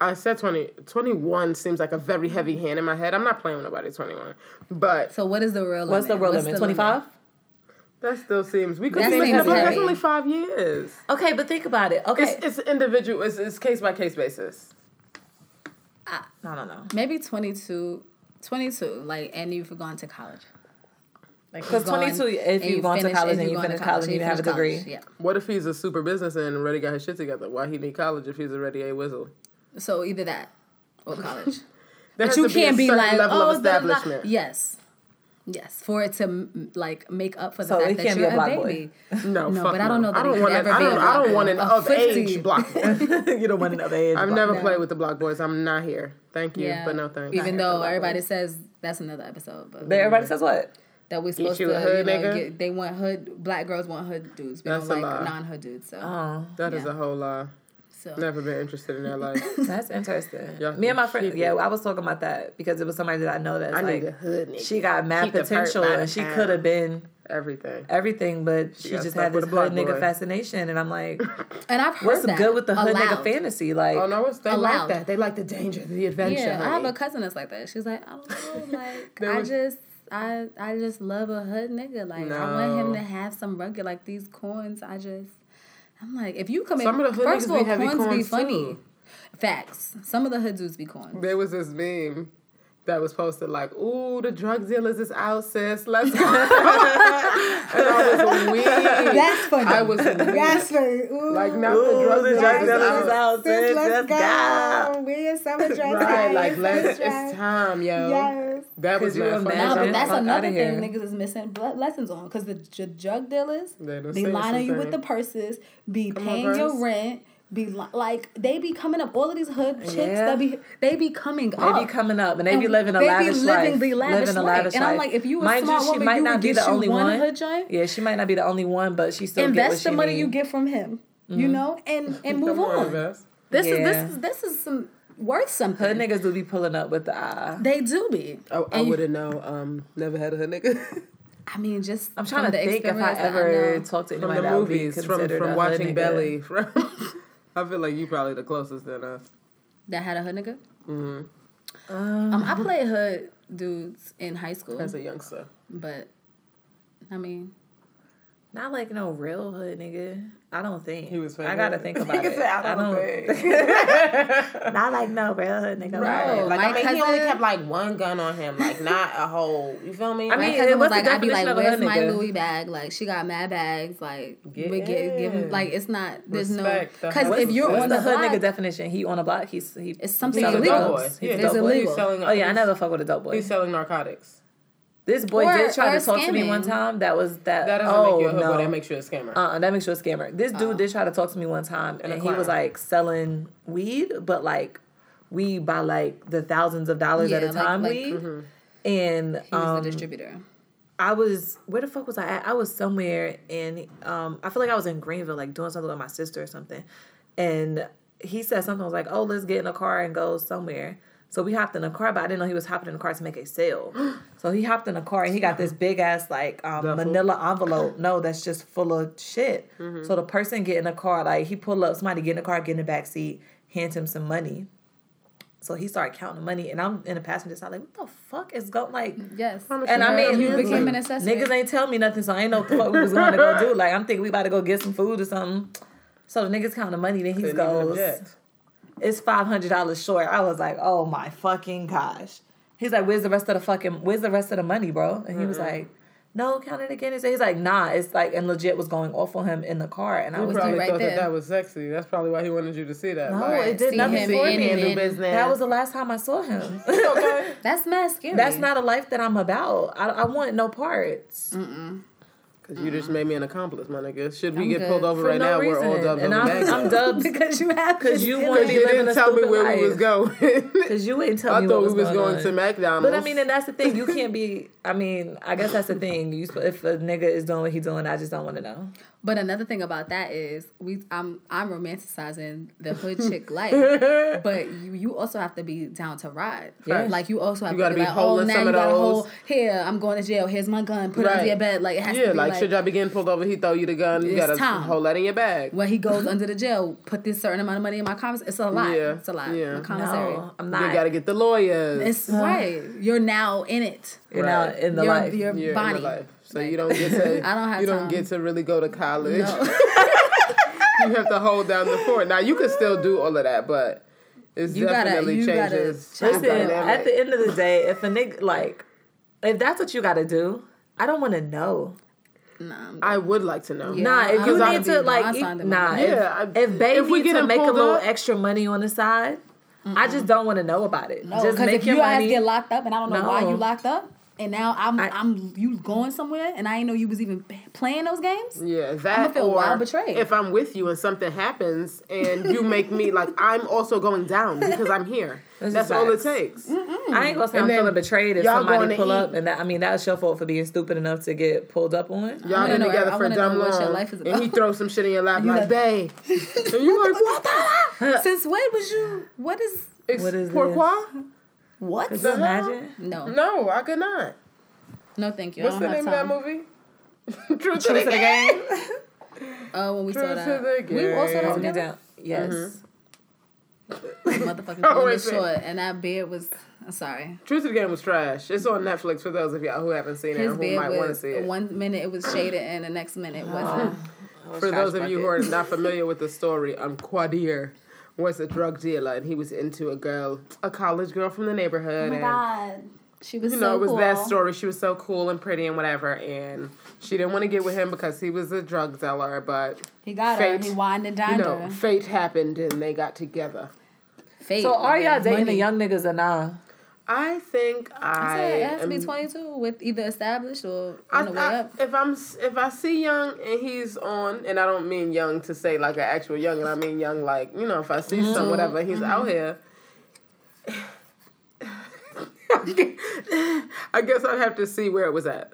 I said 20. 21 seems like a very heavy hand in my head. I'm not playing with nobody 21. But
So what is the real
What's
limit?
the real limit? 25?
that still seems, we could
That
think
seems
that, but that's
heavy.
only five years.
Okay, but think about it. Okay,
It's, it's individual, it's, it's case by case basis.
I don't know.
Maybe 22, 22, like, and you've gone to college.
Because
You've gone-
22, if
and
you've gone to
finished-
college
if
and
you've
you
gone to
finish college and you have a
finish college,
degree,
Yeah.
What if he's a super businessman and already got his shit together? Why he need college if he's already a whistle?
So either that or college. but
There has
you
to a
can't be,
certain
like,
level
oh,
of
the li-"
establishment.
Yes. Yes. For it to, m- like, make up for the
So
fact
it
that
can't be
you're
a
a,
block boy.
baby.
No,
No,
fuck
but I don't know that
I
it
don't
could
want
ever
I
be a
don't, I
block
don't want
boy.
an
A
of
50.
age block boy.
you don't want another age.
I've never played with the block boys. I'm not here. Thank you,
Yeah.
but no thanks.
Even
Not here for
though
that
everybody
one.
says that's another episode, but
Everybody says what?
that we supposed
you
to,
a hood
you know,
nigga?
get, they want hood, black girls want hood dudes. We
That's a
don't
lie. Uh,
like non hood dudes. So.
Oh.
that is
Yeah.
a whole lie.
So
Never been interested in their life.
That's interesting.
Y'all
Me and my friend,
keep it.
yeah, I was talking about that because it was somebody that I know that's
I
like
need a hood nigga.
she got mad
Keep the perk
potential
by the
and she
pound.
could have been
Everything.
everything, but she,
got
just
stuck
had this
with a
hood
black
nigga
boy.
fascination, and I'm like,
and I've heard
what's
that
good with the hood
allowed.
nigga fantasy? Like,
Oh no, it's they
Allowed.
like that. They like the danger, the adventure.
Yeah, I have
honey.
a cousin that's like that. She's like, I don't know, like
They
I
were-
just I I just love a hood nigga. Like I want him
No.
to have some rugged like these corns. I just I'm like, if you come
Some
in,
of the hood
first
niggas
of
be
all,
heavy
corns, be
corns,
funny.
too.
Facts. Some of the hood dudes be corns.
There was this meme that was posted like, "Ooh, the drug dealers is out, sis. Let's go." and I was weak.
That's funny.
I was
That's
weak.
funny. Ooh,
Like now the drug
the
dealers
drug
is
dealers
out.
is out.
sis,
sis,
let's
let's
go.
go.
We in summer dress.
Right,
time,
like
summer
let's
dress.
it's time, yo.
Yes.
That was
Could you
not funny.
imagine?
No, but that's
Fuck outta
another thing
here.
niggas is missing ble- lessons on because the j- drug dealers
They done
be
said
lying you with
something.
the purses, be
on,
paying your
purse.
rent, be li- like they be coming up. All of these hood chicks
Yeah.
that be they be coming
They
up.
be coming up and they
And
be living a
Um, they be
lavish
living
life.
the lavish
living a
life.
lavish
And
life.
I'm like, if you a
Mind
smart
you, she
woman,
might
you
not
would
be
get
the
you
only
one
one.
hood joint.
Yeah, she might not be the only one, but she still get what
invest
she
the money
need.
you get from him. You know, and and move
Come on,
on.
Vess.
This is
Yeah.
this is this is some worth something.
Hood niggas do be pulling up with the eye.
they do be.
Oh, I
And you-
wouldn't know. Um, never had a hood nigga.
I mean, just
I'm trying
from
to
the
think if I
experience that
ever
know.
talked to
from
anyone
the
that would be
movies, from
considered a
from
hood
watching
nigga.
Belly. From I feel like you probably the closest than us.
that had a hood nigga.
Uh,
Um, I played hood dudes in high school,
As a youngster,
but I mean,
Not like no real hood nigga. I don't think.
He was fake
I gotta
hood.
think about it. I don't. Not like no real hood nigga.
Right. Like, I My mean, he only cousin- kept,
like one gun on him, like not a whole. You feel me?
I mean,
my cousin
what's
was
the
like, I'd be
definition
like,
of a
"Where's
hood
my
nigga?"
Louis bag? Like, she got mad bags. Like,
Yeah.
we get give him like it's not. There's
Respect
no
the
because
hood.
if you're
What's
on
the
the,
hood
block,
nigga definition. He on a block. He's he.
it's something
He's a
illegal.
dope boy.
It's
Yeah,
it's
dope boy.
illegal.
He's selling-
Oh yeah, I never fuck with a dope boy.
He's selling narcotics.
This boy
Or-
did try
or
to talk to me one
scamming.
time. That was that.
That doesn't
oh,
make you a hood
no.
boy. That makes you a scammer.
uh, that makes you a scammer. This dude did try to talk to me one time, and,
a
he was
clown.
like selling weed, but like weed by like the thousands of dollars at
Yeah,
a
like-
time
like-
weed. And
He was
um,
the distributor.
I was where the fuck was I at? I was somewhere and um I feel like I was in Greenville, like doing something with my sister or something. And he said something, I was like, Oh, let's get in a car and go somewhere. So we hopped in a car, but I didn't know he was hopping in a car to make a sale. so he hopped in a car and he got this big ass like um, manila envelope. No, that's just full of shit. So the person get in the car, like he pull up, somebody get in the car, get in the back seat, hand him some money. So he started counting the money, and I'm in the passenger side, like, what the fuck is going? Like,
Yes.
and I mean,
You became an accessory.
niggas ain't tell me nothing, so I ain't know what the fuck we was going to go do. Like, I'm thinking we about to go get some food or something. So the niggas count the money, then he
Couldn't even
goes,
object.
"It's five hundred dollars short." I was like, "Oh my fucking gosh!" He's like, "Where's the rest of the fucking? Where's the rest of the money, bro?" And he was like, "No, count it again." He said, "He's like, nah, it's like," and legit was going off on him in the car, and I
You
was
probably
like,
right
thought that
there.
that was sexy. That's probably why he wanted you to see that.
"No,
like,
it did
See
nothing
him
for
in
me."
and-
handle business.
That was the last time I saw him.
okay.
That's mad scary.
That's not a life that I'm about. I, I want no parts.
Cause you just made me an accomplice, my nigga. Should we
I'm
get
good.
pulled over
for
right
no
now?
reason.
We're all dubbed
and
over
I'm,
bags.
I'm dubbed
because you have
because you
this
want to
You
be living
didn't
a
tell me
stupid
where
life.
we was going.
Because you ain't tell
I
me
thought
what was
we was
going,
going to
on.
McDonald's.
But I mean, and that's the thing. You can't be. I mean, I guess that's the thing. You sp- if a nigga is doing what he's doing, I just don't want to know.
But another thing about that is we I'm I'm romanticizing the hood chick life, but you you also have to be down to ride.
Facts.
Like you also have
You
to
gotta
be,
be
like, oh
holding
now
some
you
of
got to
those.
hold here. I'm going to jail. Here's my gun. Put it under
Right.
your bed. Like it has
yeah,
to be
like,
like,
should y'all be getting pulled over? He throw you the gun. You
It's
gotta
time.
hold that in your bag.
when he goes under the jail, put this certain amount of money in my commissary. It's a lot.
Yeah,
It's a lot.
yeah.
My commissary.
No, I'm
You
not.
gotta get the lawyers.
It's right. You're now in it.
you know,
Right.
in the
You're,
life.
you're
You're in the
Bonnie.
life. So you don't get to.
I don't have
You don't
time.
get to really go to college. you have to hold down the fort. Now you can still do all of that, but it's
You gotta-
definitely
you gotta
changes. the
change
Listen,
dynamic.
at the end of the day, if a nigga like, if that's what you got to do, I don't want to know.
I would like to know.
Yeah.
Nah, if
I
you
gotta
need
be
to like,
blindsided
if,
by
nah,
that.
Yeah,
if,
I-
if they
if we
need to
getting
make a
pulled
little
up-
extra money on the side, I just don't want to know about it. just
Because
make
if
your
you guys
money.
get locked up, and I don't know why
No.
you locked up, and now I'm I,
I-
am i am you going somewhere, and I didn't know you was even p- playing those games.
Yeah, that
feel
or
wild betrayed.
if I'm with you and something happens and you make me like I'm also going down because I'm here.
Those
That's
are
all it
facts.
takes.
Mm-hmm.
I ain't gonna say I'm
then
feeling betrayed if
y'all going
somebody
to
pull
eat.
up, and that, I mean that's your fault for being stupid enough to get pulled up on.
Y'all been
know-
together
I
for
wanna
dumb
know what your
long,
life is
and he
about.
throws some shit in your lap
You
like,
like-
"Babe," and you're like, "What the?
Since when was you? What is
Ex-
What is
pourquoi?
what?
Could you imagine?
No,
No, I could not.
no, thank you.
What's
I
the
don't
name
have
of
time.
that movie? Truth,
Truth
to the
of the
Game.
game.
Oh, when we saw
Truth to
that,
the
we were also
Game.
had
Hold me
together.
down. Yes.
Mm-hmm. Motherfucking
Oh,
oh,
wait a
short,
minute.
and that bed was. I'm sorry.
Truth of the Game was trash. It's on Netflix for those of y'all who haven't seen it
His
or who might
bed
want to
was
see it. Oh.
one minute it was shaded, and the next minute it wasn't.
For
Trash
those of you who are
bucket.
not familiar with the story, um, Quadir was a drug dealer and he was into a girl, a college girl from the neighborhood. and,
Oh God, she was
you know,
so
it was
cool.
that story. She was so cool and pretty and whatever. And she didn't want to get with him because he was a drug dealer, but,
He got her.
Fate.
He whined and
you
dined
know,
her.
fate happened and they got together.
Fate,
So are
nigga.
y'all dating the
Money.
young niggas or nah?
I think I.
Yeah, it has to be
am-
22 with either established or
I-
on the way
I-
up.
if I'm s- if I see young and he's on, and I don't mean young to say like an actual young, and I mean young like you know if I see
Mm-hmm,
some whatever he's out here. I guess I'd have to see where it was at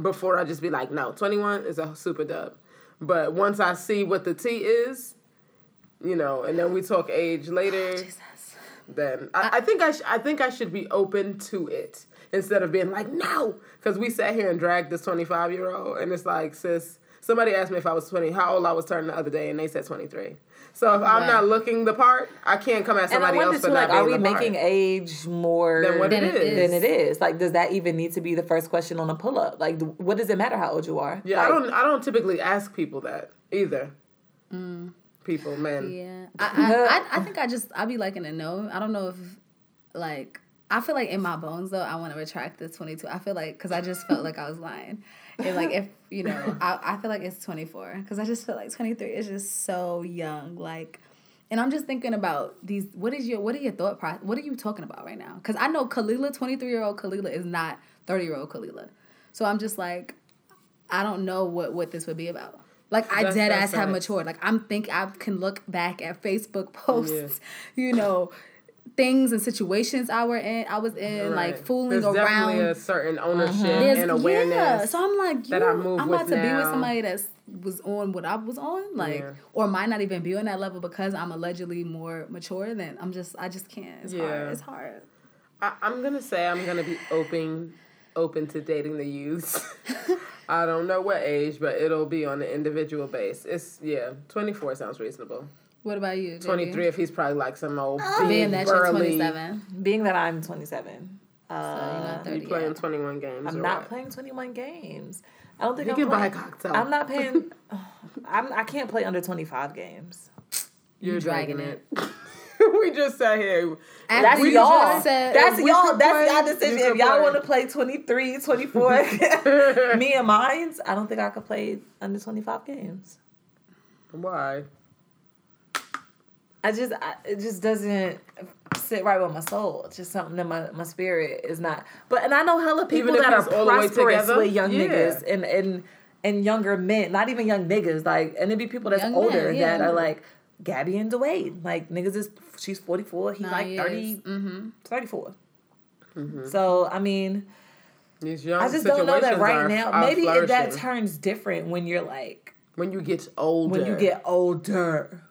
before I just be like, no, twenty one is a super dub. But once I see what the T is, you know, and then we talk age later then I, I, think I sh- I think I should be open to it instead of being like no because we sat here and dragged this 25 year old and it's like sis somebody asked me if I was 20 how old I was turning the other day and they said 23 so if I'm not looking the part I can't come at
And I
somebody
wonder
else
too,
for
like,
not
are we
being the
making
part.
age more
Than what
than,
it
it
is.
is.
it is? Like, does that even need to be the first question on a pull up? Like, th- what does it matter how old you are?
yeah
Like,
I don't I don't typically ask people that either people men
Yeah. I, I, I, I think I just, I'd be liking to know. I don't know if, like, I feel like in my bones, though, I want to retract the 22. I feel like, because I just felt like I was lying. And, like, if, you know, I, I feel like it's 24. Because I just feel like 23 is just so young. Like, and I'm just thinking about these. What is your, what are your thought process? What are you talking about right now? Because I know Kalila, 23 year old Kalila, is not 30 year old Kalila. So I'm just like, I don't know what what this would be about. Like I
That's-
dead
that's
ass have
facts.
matured. Like I'm think I can look back at Facebook posts, you know, things and situations I were in, I was in, like
Right.
fooling
There's
around.
definitely a certain ownership
There's-
and awareness
Yeah. So I'm like,
that
you-
I move
I'm
with
about to be with
now.
somebody that's was on what I was on, like,
Yeah.
or might not even be on that level because I'm allegedly more mature than I'm just. I just can't. It's
Yeah.
hard. It's hard.
I, I'm gonna say I'm gonna be open, open to dating the youths. I don't know what age, but it'll be on an individual base. It's yeah, 24 sounds reasonable.
What about you? JB?
23 if he's probably like some old
Oh,
Being that
big
you're
burly.
27,
Being that I'm 27, uh,
so you're not 30
You
yet.
playing 21 games?
I'm
or
not
what?
playing 21 games. I don't think
You
I'm
can buy a
playing-
cocktail.
I'm not paying. I'm, I can't play under 25 games.
You're
dragging
we just sat here.
That's
We
y'all.
just said-
that's
we
y'all.
could
That's
play,
y'all
you
decision.
could
If y'all
play.
want to play 23, 24, me and mine's, I don't think I could play under 25 games.
Why?
I just, I, it just doesn't sit right with my soul. It's just something that my, my spirit is not. But and I know hella people
if
that are
it's all the way
prosperous
together?
with young
Yeah.
niggas and and and younger men, not even young niggas. Like and it'd be people that's
Young men,
older
yeah.
that are like Gabby and Dwayne. Like niggas is she's forty four, he like
years. Mm-hmm.
30, 34. So I mean,
These young
I just don't know that
situations
right
are-
now.
are
Maybe if that
flourishing.
turns different when you're like
when you get older.
when you get older.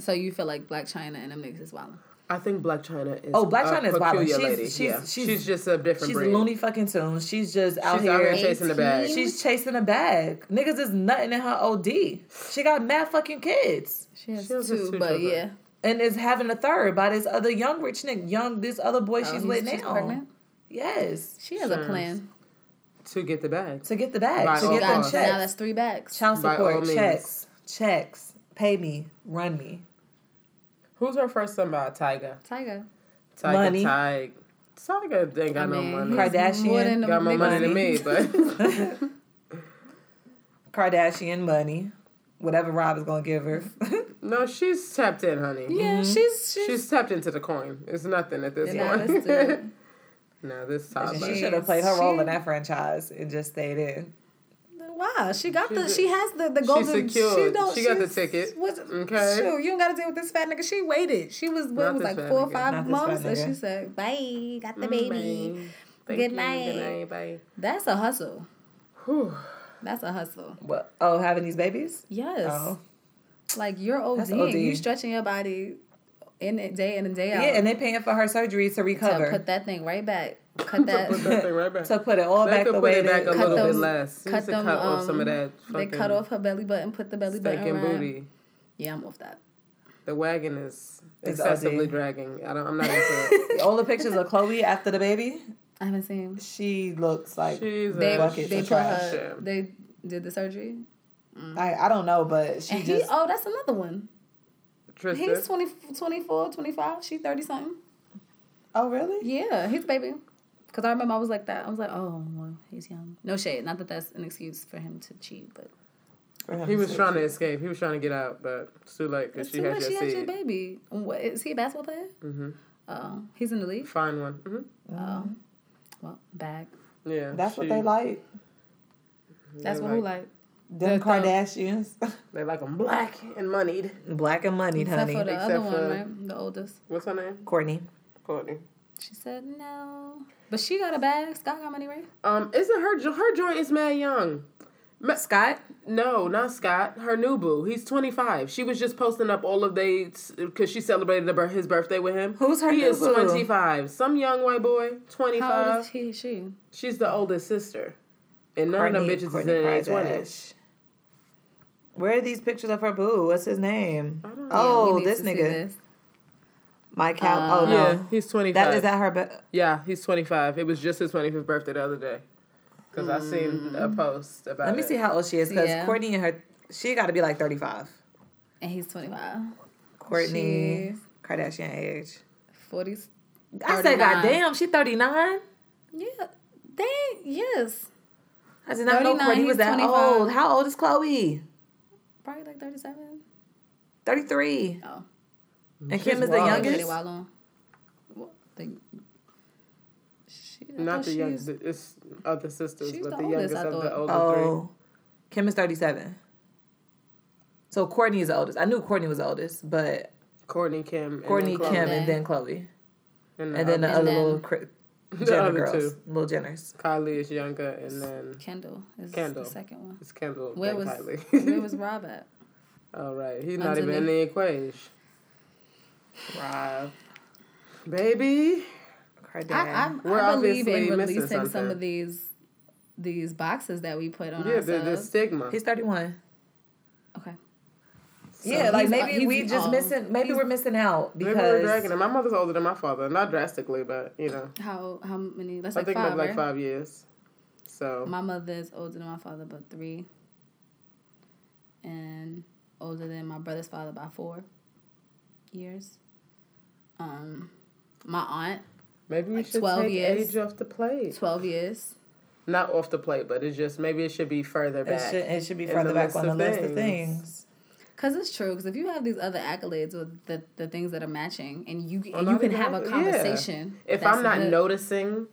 So you feel like Black China and them niggas is wild.
I think Black China is.
Oh, Black
a
China is wild.
peculiar
She's-
lady.
she's-
yeah.
she's-
just a different
She's
breed.
loony fucking tune. She's just out
She's
here.
out here chasing the bag.
She's chasing a bag. Niggas is nutting in her OD. She got mad fucking kids.
She has,
She has
two,
just two
but
children.
yeah.
And is having a third by this other young rich nigga, young this other boy she's with now. Yes,
She has a plan.
to get the bag.
to get the bag,
By
to
all
get them
costs.
checks,
Now that's three bags.
child
By all
support,
means.
checks, checks, pay me, run me.
Who's her first son by? Tiger.
Tiger.
Tiger.
Money.
Tiger. Tiger ain't got
I mean,
no
he's
money.
Kardashian.
more than them
Got more
niggas.
money than me, but
Kardashian money, whatever Rob is gonna give her.
no, she's tapped in, honey.
Yeah, Mm-hmm. she's she's,
She's tapped into the coin. It's nothing at this
nah,
point.
let's do it.
No, this
She
toddler.
should have played her role in that franchise and just stayed in.
Wow, she got the she has the the
She's
golden.
secured. She,
don't-
got the
she's-
ticket.
Was,
Okay.
Shoot, you don't got to deal with this fat nigga. She waited. She was what
Not
was
this
like
fat
four or
nigga. Mm,
five
Not this
months,
fat
and
nigga.
she said, "Bye, got the baby."
Thank
Good
you.
night.
Good night. Bye.
That's a hustle.
Whew.
That's a hustle.
Well, oh, having these babies?
Yes.
Oh.
Like you're OD.
OD.
You stretching your body in it day in and day out.
Yeah, and they paying for her surgery to recover.
to put that thing right back. Cut that.
Put that thing right back.
to put it all
they
back
could
the
put
way
it back a
that-
cut
little
those-
bit less. She
cut
used to
them,
cut off some of
um,
that.
they cut
fucking
off her belly button. Put the belly button
stinking
around.
booty.
Yeah, I'm off that.
The wagon is
It's
excessively
ugly.
dragging. I don't. I'm not into it.
all the pictures of Chloe after the baby.
I haven't seen.
She looks like
She's
They
a
Buckets
they
of
put
trash.
her. They did the surgery.
I, I don't know, but she
And he,
just
oh, that's another one. He's
Tristan.
20, 24, 25. She 30 something.
oh really?
Yeah, he's a baby. Because I remember I was like that. I was like, oh, well, he's young. No shade. Not that that's an excuse for him to cheat, but
He was trying to escape. He was trying to get out, but it's too late because
it's
she
too
had
much.
your
She had your
seed.
baby. What, is he a basketball player? Mm-hmm. Oh, he's in the league?
Find one. hmm
Mm-hmm.
Oh. Well, bag.
Yeah.
That's what
she-
they like.
That's
They
what who
like-
like.
Them
They're dumb.
Kardashians,
They like them black and moneyed.
black and money,
Except
honey.
for the other
Except
one,
for-
right? The oldest.
What's her name?
Courtney.
Courtney.
She said no. But she got a bag. Scott got money, right?
Um, isn't her jo- her joint is mad young? Ma-
Scott.
No, not Scott. Her new boo. He's twenty five. She was just posting up all of they because she celebrated the bir- his birthday with him.
Who's her
He
new
is
boo?
twenty five. Some young white boy, twenty
How old
five.
is he? She.
She's the oldest sister, and none of them bitches is in their
Kardashian.
twenties.
Where are these pictures of her boo? What's his name?
We
Oh,
need
this
to see
nigga,
this.
Mike Cal. oh no,
Uh, Yeah, he's twenty five.
that is that her. Be-
Yeah, he's 25. It was just his 25th birthday the other day. Because I seen a post about
Let me
it.
see how old she is because
Yeah.
Courtney and her, she got to be like 35.
And he's 25.
Courtney
She's
Kardashian age.
40s.
I said,
39.
God damn, she 39?
Yeah. They, yes.
I did not know
39,
Courtney was
he's
that
25.
old. How old is Chloe?
Probably like 37.
33.
Oh.
And Kim is the
Mm-hmm. wild.
Wait, wait,
youngest.
while on. What? The, she, I
Not
thought
the
she
youngest.
was-
It's other sisters,
she's
but
the
the,
oldest,
youngest
I
of the
thought.
older
Oh, Kim is 37. So Courtney is the oldest. I knew Courtney was the oldest, but
three. Courtney, Kim, and
Courtney,
then Khloe.
Kim,
Then-
and then Chloe.
Oh. And,
And then the
other-
other
then- uh,
little cri-
the
Jenner
other
girls.
two.
Little Jenners.
Kylie is younger, and then
Kendall is
Kendall.
the second one.
it's Kendall.
Where
then
was where
Kylie.
was Rob at?
All right. He's not even in the equation.
Rob.
Baby.
I,
Kardashian.
I,
We're
I believe in
obviously missing
releasing some
something.
of these these boxes that we put on
Yeah, the, the
ourselves.
stigma.
He's 31.
Okay.
yeah, like
he's-
maybe
he's-
we just
um,
missing. Maybe we're missing out
Maybe we're
because
dragging him. My mother's older than my father. Not drastically, but, you know.
How how many? That's
I
like
think
five,
maybe like
right?
five years. So.
My mother is older than my father by three, and older than my brother's father by four years. Um, my aunt
Maybe we should
12
take
years.
age off the plate.
twelve years.
Not off the plate, but it's just maybe it should be further
it
back.
should, it should be
in
further
the
back
list
on the
of
list of
things.
things.
Cause it's true. Cause if you have these other accolades or the, the things that are matching, and you and
Oh, not
you can
even
have a
accolades, yeah.
conversation.
If
that's
I'm not
good.
noticing,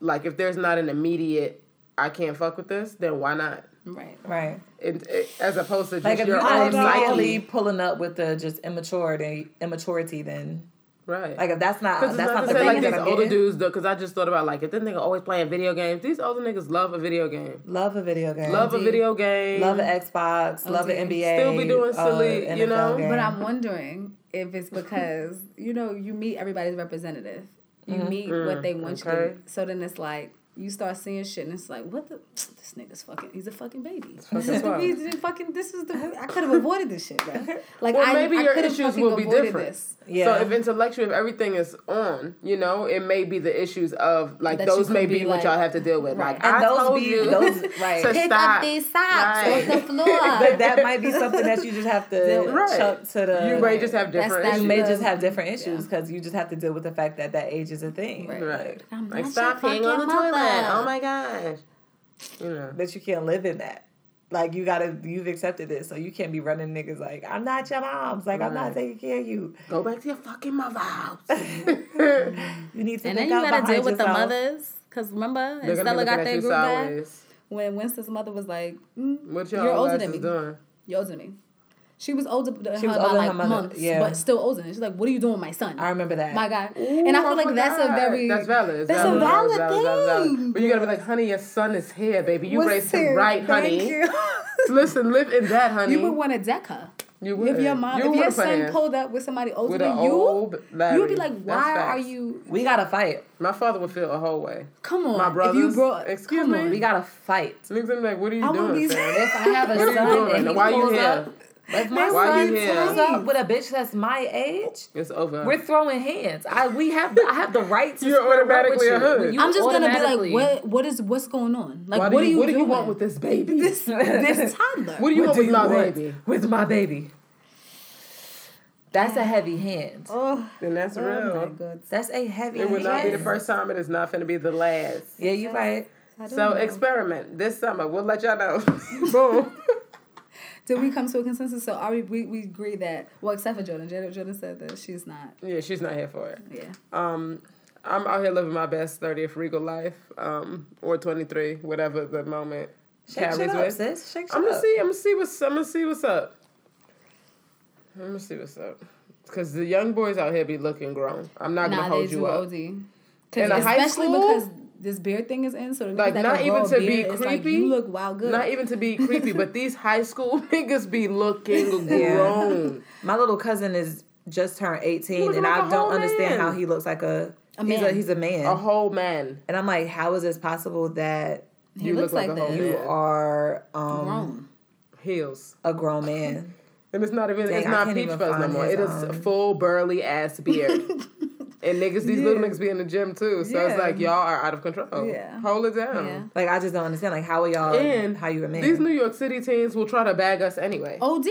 like if there's not an immediate, I can't fuck with this, then why not?
right,
Right.
It, it- as opposed to just
Like if
your
you're
own
not immediately
psyche,
pulling up with the just immaturity, immaturity, then
right?
like if that's not
Cause
that's
it's not
not
to
the
say
thing
like these
that I'm
older
getting.
dudes, though, because I just thought about like if this nigga always playing video games, these older niggas love a video game,
love a video game,
love a
Indeed.
video game,
love an Xbox, love an
dude.
NBA,
Still be doing silly,
uh,
you
NFL
know?
game.
But I'm wondering if it's because you know you meet everybody's representative, you meet what they want you
Mm-hmm. okay.
to. So then it's like you start seeing shit, and it's like, what the this nigga's fucking. He's a fucking baby. This is the
wild.
reason. Fucking. This is the. I could have avoided this shit, bro. Like
Well,
I,
maybe
I
your
could have
issues
fucking
will be
avoided
different.
This.
Yeah.
So if intellectual, if everything is on, you know, it may be the issues of like
That you
those
could
may
be
be, what
like-
y'all have to deal with.
Right.
Like
And
I
those
told
be-
you
those- right.
to
Pick
stop.
off
Right.
but
floor.
that might be something that you just have to
Right.
chuck to the.
You may just have different
that-
issues.
you may
Yeah.
just have different issues because you just have to deal with the fact that that age is a thing.
Right.
Right.
I'm
Like
not
stop
your
peeing on the
fucking
toilet.
mother.
Oh my gosh. You know.
That you can't live in that. Like you gotta, you've accepted this, so you can't be running niggas like I'm not your mom's, like I'm not
Right.
taking care of you.
Go back to your fucking mother's house.
You need to.
And
look
then you
out
gotta deal
behind
with the
yourself.
mothers. Cause remember,
They're
and
gonna be
Stella
looking
got
at
their
you
group back
sideways.
when Winston's mother was like, mm,
What
You're
y'all
older
asses
than me.
doing?
"You're older than me." She was older than
She
her
was
by
older than
like
her mother,
months,
yeah.
but still older than. her. She's like, "What are you doing with my son?"
I remember that.
My God, and I
Ooh,
feel like that's a
forgot.
very
that's valid. It's
that's a valid
it's it's it's
thing.
But you gotta be like, honey, your son is here, baby. You
Was
raised him
serious.
right,
Thank
honey.
you.
Listen, live in that, honey.
You would want to deck her.
You
If your mom, if your
would've put
son
in
pulled up with somebody older
with
than
an
you,
old
you would
Larry.
be like,
That's
"Why are
facts.
you?
We gotta fight.
My father would feel a whole way.
Come on,
My brothers.
if you brought,
excuse
come
me.
on.
We gotta fight.
Niggas be like, what are you
I won't
doing?
be.
fam?
If I have a
What
son,
are you
and
doing?
he
Why you
pulls
here?
up, if my
Why
son
you here?
pulls up with a bitch that's my age,
It's over.
we're throwing hands. I we have I have the right to.
You're
square up with
automatically a
you.
hood.
You
I'm just gonna be
automatically-
like, what? What is what's going on? Like,
Why
what
do you,
are
what do you
doing?
want with this baby?
this this toddler?
what do you
What
want
do
with
you
my
want
Oh
baby?
with my baby? That's a heavy hand.
oh,
Then that's
oh my
real.
God.
That's a heavy.
It would not be the
hand.
first time. It is not going to be the last.
Yeah, you right.
I don't
So
know.
experiment this summer. We'll let y'all know. Boom.
did we come to a consensus? So are we, we we agree that well, except for Jordan. Jordan, Jordan said that she's not.
yeah, she's not here for it.
Yeah.
Um, I'm out here living my best 30th regal life, um, or 23, whatever the moment
Shake shit up, sis. Shake shit
I'm gonna
up.
see. I'm gonna see what's. I'm gonna see what's up. I'm gonna see what's up. Cause the young boys out here be looking grown. I'm not
Nah,
gonna
they
hold you
do
up.
OD.
In
Because
a high
especially
school?
because this beard thing is in, so the
Like,
niggas that
not
can
even
grow a
to be
beard, it's like,
creepy,
you look wow good.
Not even to be creepy, but these high school niggas be looking
Yeah.
grown.
My little cousin is just turned 18,
looking
and
like a
I don't
whole man.
understand how he looks like a,
A
he's a
man.
he's a man.
A whole man.
and I'm like, how is this possible that
he
you
looks
look like
like
a whole
that.
man.
you are um,
Grown.
Heels.
a grown man?
And it's not even
Dang,
it's
I
not
can't
peach
even
fuzz no
find
more.
his,
It is a
um,
full burly ass beard. and niggas, these little
Yeah.
niggas be in the gym too. So
Yeah.
it's like y'all are out of control.
Yeah.
Hold it down.
Yeah.
Like I just don't understand. Like how are y'all?
And
how you a man?
These New York City teens will try to bag us anyway
OD.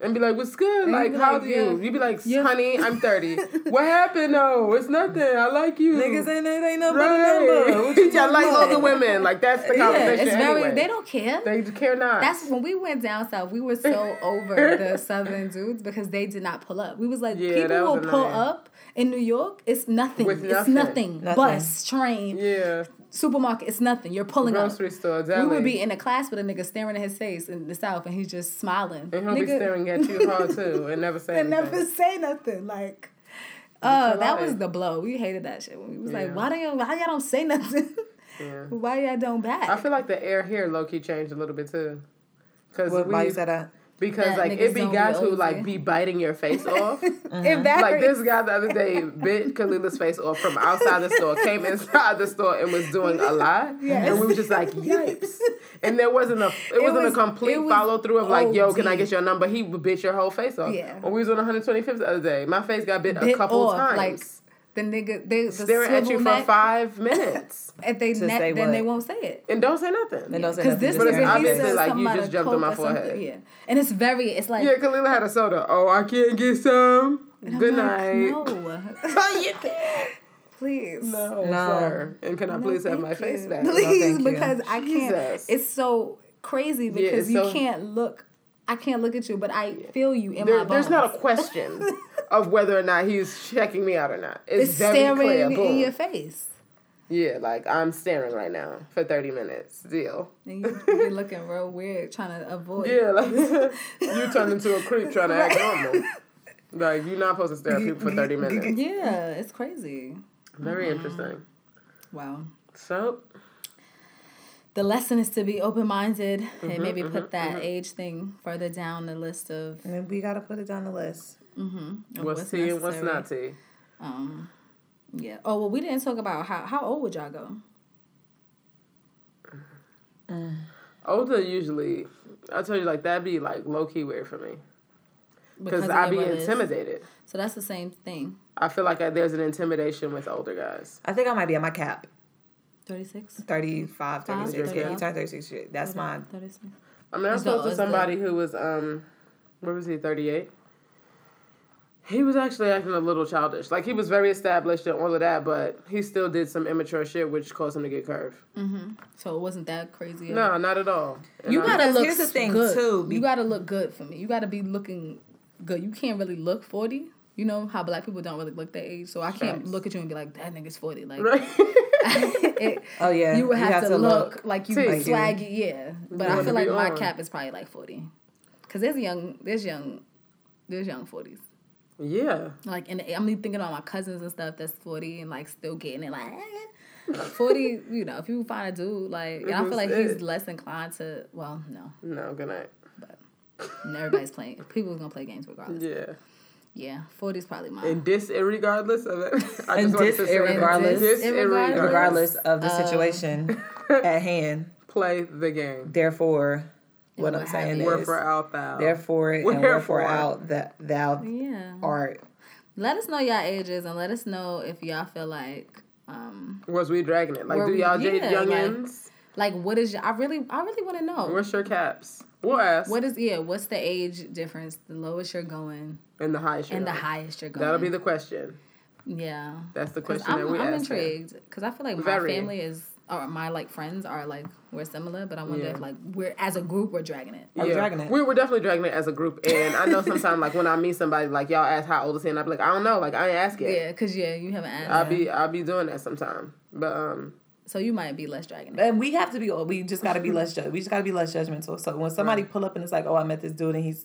and be like, "What's good?
And
like,
you be
how
like,
do you?"
yeah.
You be like,
Yeah.
"Honey, I'm 30. what happened? No, it's nothing. I like you.
Niggas ain't it ain't nothing but a number. What you
right. I like
talking about?
older women. Like that's the
Yeah,
conversation
it's very.
anyway.
They don't care.
They just care not.
That's when we went down south. We were so over the southern dudes because they did not pull up. We was like,
Yeah, that
people will
was
pull
annoying.
up in New York. It's nothing.
With
It's
nothing.
nothing.
Nothing.
Bus, train,
yeah.
supermarket. It's nothing. You're pulling
Grocery
up.
store.
We
Deli.
would be in a class with a nigga staring at his face in the south, and he's just smiling.
and he'll be
Nigga,
staring at you hard too, and never saying
and never
anything.
say nothing. Like, oh, that was
polite.
the blow. We hated that shit. We was
Yeah.
like, why do y'all, why y'all don't say nothing?
Yeah.
why y'all don't back?
I feel like the air here low key changed a little bit too. Cause
What-
we,
Why you said that?
because
That
like
niggas
it be
don't
guys who
realize
like
it.
be biting your face off.
It
Mm-hmm. Like
backwards.
this guy the other day bit Kalila's face off from outside the store, came inside the store and was doing a lot.
Yes.
And we were just like, yikes. And there wasn't a it wasn't
was-
a complete
it was
follow through of like, yo, can I
OD.
get your number? He would bit your whole face off.
Yeah.
When we was on 125th the other day, my face got bit, a
Bit
couple
off,
times.
like, the nigga, they the
staring at you
swivel
for
neck.
five minutes.
if they
To
net,
say
then they
what?
won't say it.
and don't say nothing.
And don't say
Because
nothing.
this
just
But it's
stand
nigga, he
obviously
said
like
something
you
about
just
a
jumped on
Coke
my
or something.
forehead.
Yeah, and it's very, it's like
Yeah, Kalila had a soda. Oh, I can't get some.
I'm
Good
like,
night.
No,
Oh, you can't.
please,
No,
No.
sir. Oh, And can I please have
thank
my face
you.
back?
please,
thank you.
because I can't.
Jesus.
It's so crazy because
it's
you
so-
can't look. I can't look at you, but I feel you in my
There,
bones.
there's not a question of whether or not he's checking me out or not. It's,
It's
very
staring
clear.
in,
Boom.
your face.
yeah, like I'm staring right now for 30 minutes. Deal.
And you be looking real weird, trying to avoid.
Yeah, like you turn into a creep trying to act normal. Like you're not supposed to stare at people for 30 minutes.
yeah, it's crazy.
Very interesting.
Wow.
So
the lesson is to be open minded
Mm-hmm,
and maybe put that age thing further down the list of,
And then we gotta put it down the list.
of
what's, tea and what's
necessary.
not tea?
Um, yeah. Oh well, we didn't talk about how how old would y'all go?
Older usually, I tell you like that'd be like low key weird for me because
of
I'd be
your brothers.
intimidated.
So that's the same thing.
I feel like I, there's an intimidation with older guys.
I think I might be at my cap.
Thirty six.
35, 36.
Five,
Yeah, you
thirty.
turn 36. shit. That's my.
Thirty six.
I mean, I
It's not
spoke to
us,
somebody who was um, what was he, 38, He was actually acting a little childish. Like he was very established and all of that, but he still did some immature shit, which caused him to get curved.
So it wasn't that crazy. of-
No, not at all. And
You
I-
gotta
Because
look
here's the thing,
good.
too, be-
You gotta look good for me. You gotta be looking good. You can't really look forty. You know how black people don't really look that age, so I can't
Facts.
look at you and be like, "That nigga's 40. Like, it-
Oh, yeah.
you would
You
have, to, look, like you
Like you.
swaggy, yeah. But I
wanna
feel like
be
my
on.
cap is probably like forty, because there's young, there's young, there's young forties.
yeah.
Like, and I'm thinking about my cousins and stuff that's 40 and like still getting it. Like, 40, you know, if you find a dude, like, and I feel like
That's
he's
it.
less inclined to, well, no,
No, good night.
and everybody's playing, people's gonna play games regardless.
Yeah.
Yeah, 40 is probably mine.
And this regardless of it. I just
And
wanted
dis-
to say
irregardless.
Dis-
Irregardless.
regardless of the
Uh,
situation at hand.
Play the game.
Therefore, what
what
I'm saying
have
is,
you.
Wherefore out thou.
therefore, and
Wherefore.
wherefore out that thou
yeah.
art.
Let us know y'all ages and let us know if y'all feel like, um,
Was we dragging it? Like,
Were
do
we-
y'all j-
yeah,
youngins?
like what is, y- I really, I really wanna know.
what's your caps? We'll ask.
what is, yeah, what's the age difference? The lowest you're going
and the highest.
and the
highest.
highest you're going.
That'll be the question.
yeah.
That's the
'Cause
question that
I'm,
we
I'm
asked. them.
intrigued because I feel like my
Very.
family is, or my like friends are like we're similar, but I wonder
Yeah.
if like we're as a group we're dragging it.
Are we dragging it?
We were definitely dragging it as a group. And I know sometimes, like, when I meet somebody, like, y'all ask how old is he? And i be like, I don't know. Like, I ain't ask yet.
Yeah, because yeah, you haven't asked,
I'll be I'll be doing that sometime. But um
so you might be less dragging it.
And we have to be. We just got to be less. Ju- we just got to be less judgmental. So when somebody pull up and it's like, oh, I met this dude and he's.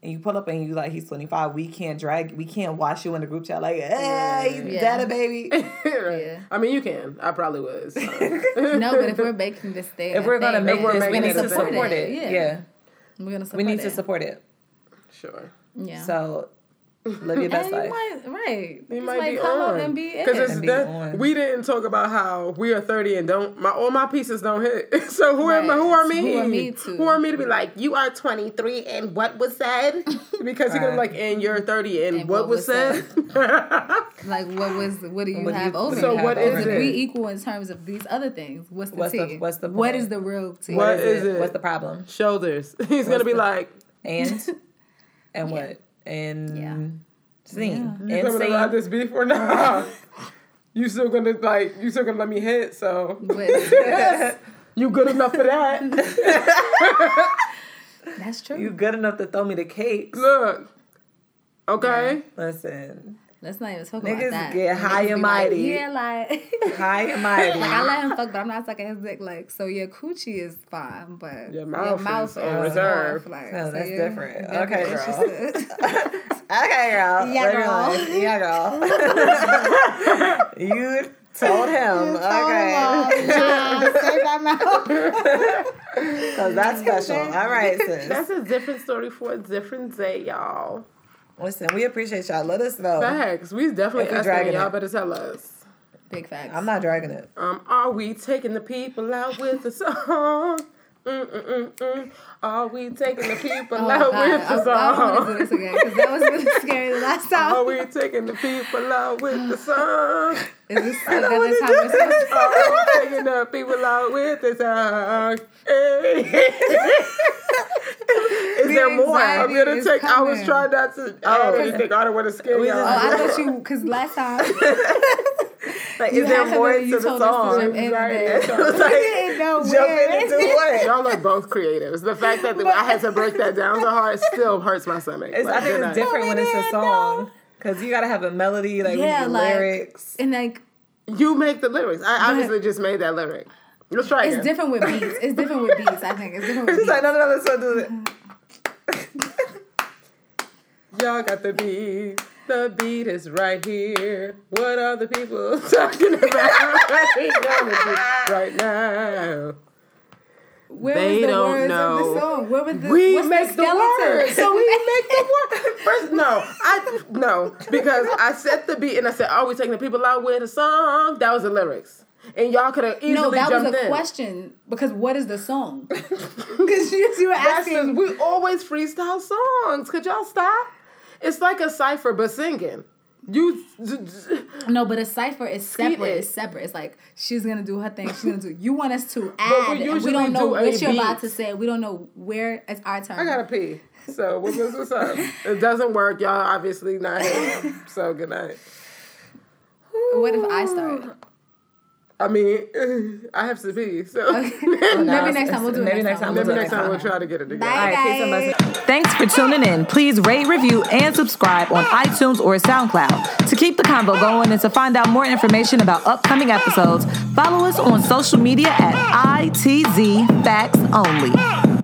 And you pull up and you like he's twenty five. We can't drag. We can't wash you in the group chat like, hey, he's
Yeah.
daddy baby.
Yeah.
I mean you can. I probably was. Um,
no, but if we're making this thing,
if we're gonna
thing,
make
we're
this, we
making
need
it
to
a
support,
thing.
it. Yeah.
we're gonna support
we need to
it.
support it.
sure.
Yeah,
So live your best
and you
life.
might, right? You
He
just
might be
come up
on.
and be
Cause
it.
it's
be
that,
on.
we didn't talk about how we are thirty and don't my all my pieces don't hit. so who am
Right.
who are me?
Who are me to?
Who are me to be like you are twenty three and what was said? Because he gonna be
Right.
like and you're thirty and,
And
what, was said.
Like, what was? What do you
What do you-
have over?
so
me?
what
Over
is
If we
it?
equal in terms of these other things, what's the
What's the-
tea?
what's the
what
point?
is the real tea?
What is it?
What's the problem?
Shoulders. He's gonna be
the-
like
And and what? And
Yeah.
scene.
you
And
coming to ride
scene.
this beef or not? you still gonna like you still gonna let me hit? So
But-
you good enough for that?
that's true.
You good enough to throw me the cake?
Look. Okay.
Listen,
Let's not even talk
Niggas
about that.
get
Niggas
high
be
and
like,
mighty.
yeah, like
high and mighty.
I let him fuck, but I'm not sucking his dick. Like, so your coochie is fine, but
Your mouth is on
off,
reserve.
like,
No,
so
Oh, that's
you're-
different.
that's
Okay,
what she said.
Okay, girl.
Yeah,
Let me
girl.
alone. Yeah, girl. you told him. okay. Because that's special. All right, sis.
That's a different story for a different day, y'all.
Listen, we appreciate y'all. Let us know.
Facts. We definitely
If you
asking
dragging
y'all
it.
better tell us.
Big facts.
I'm not dragging it.
Um, are we taking the people out with the song? Mm, Mm-mm-mm-mm. Are we taking the people
Oh,
out
God.
with the
I, I don't want to do
song?
this again because that was really scary the last time.
Are we taking the people out with the song?
Is this another time we're supposed to-
Are we taking the people out with Ah, the song? Hey. Is there more? I'm
anxiety
gonna
is
take. I was
coming.
trying not to. I already think I don't want to scare
We
y'all.
just-
Oh, I thought you, because last time
Like,
you
is there
had
more
something you
to the
told us
song?
to jump in
Right.
with.
It's
That's
like,
We didn't know
jump
where.
in and do what?
Y'all are both creatives. The fact that I had to break that down so hard still hurts my stomach.
It's, I
Like,
think
good
it's
night.
different when it's a song. Because you got to have a melody, like, we
Yeah,
need
like-
lyrics.
And like,
You make the lyrics. I obviously just made that lyric. Let's try
it's
again.
different with beats. It's different with beats, I think. It's different with
She's
beats.
like, no, no, no, let's not do it.
Y'all got the beat. The beat is right here. What are the people talking about right now? with you right now?
Where
They
was the
don't
words of
know.
the song? Where was the
We
what's
make the
skeleton?
words. So we make the words. First, no, I no because I set the beat and I said, "Are we taking the people out with a song?" That was the lyrics, and y'all could have easily
No, that was
jumped
a
in.
question because what is the song? Because you, you were
That's
asking.
just- we always freestyle songs. Could y'all stop? It's like a cipher, but singing. You,
no, but a cipher is separate.
it.
It's separate. It's like she's gonna do her thing. She's gonna do. You want us to
we
add. and we
usually
don't know
do a
what you're about
beat.
to say. We don't know where it's our turn.
I gotta pee. So what was what's up? It doesn't work, y'all. Obviously not. Here. So good night.
What if I start?
I mean, I have to pee. So
Maybe next time we'll do it.
Maybe next time we'll
maybe
do it.
next time we'll try to get it together.
Bye.
Peace and
Thanks for tuning in. Please rate, review, and subscribe on iTunes or SoundCloud. To keep the convo going and to find out more information about upcoming episodes, follow us on social media at ITZ Facts Only.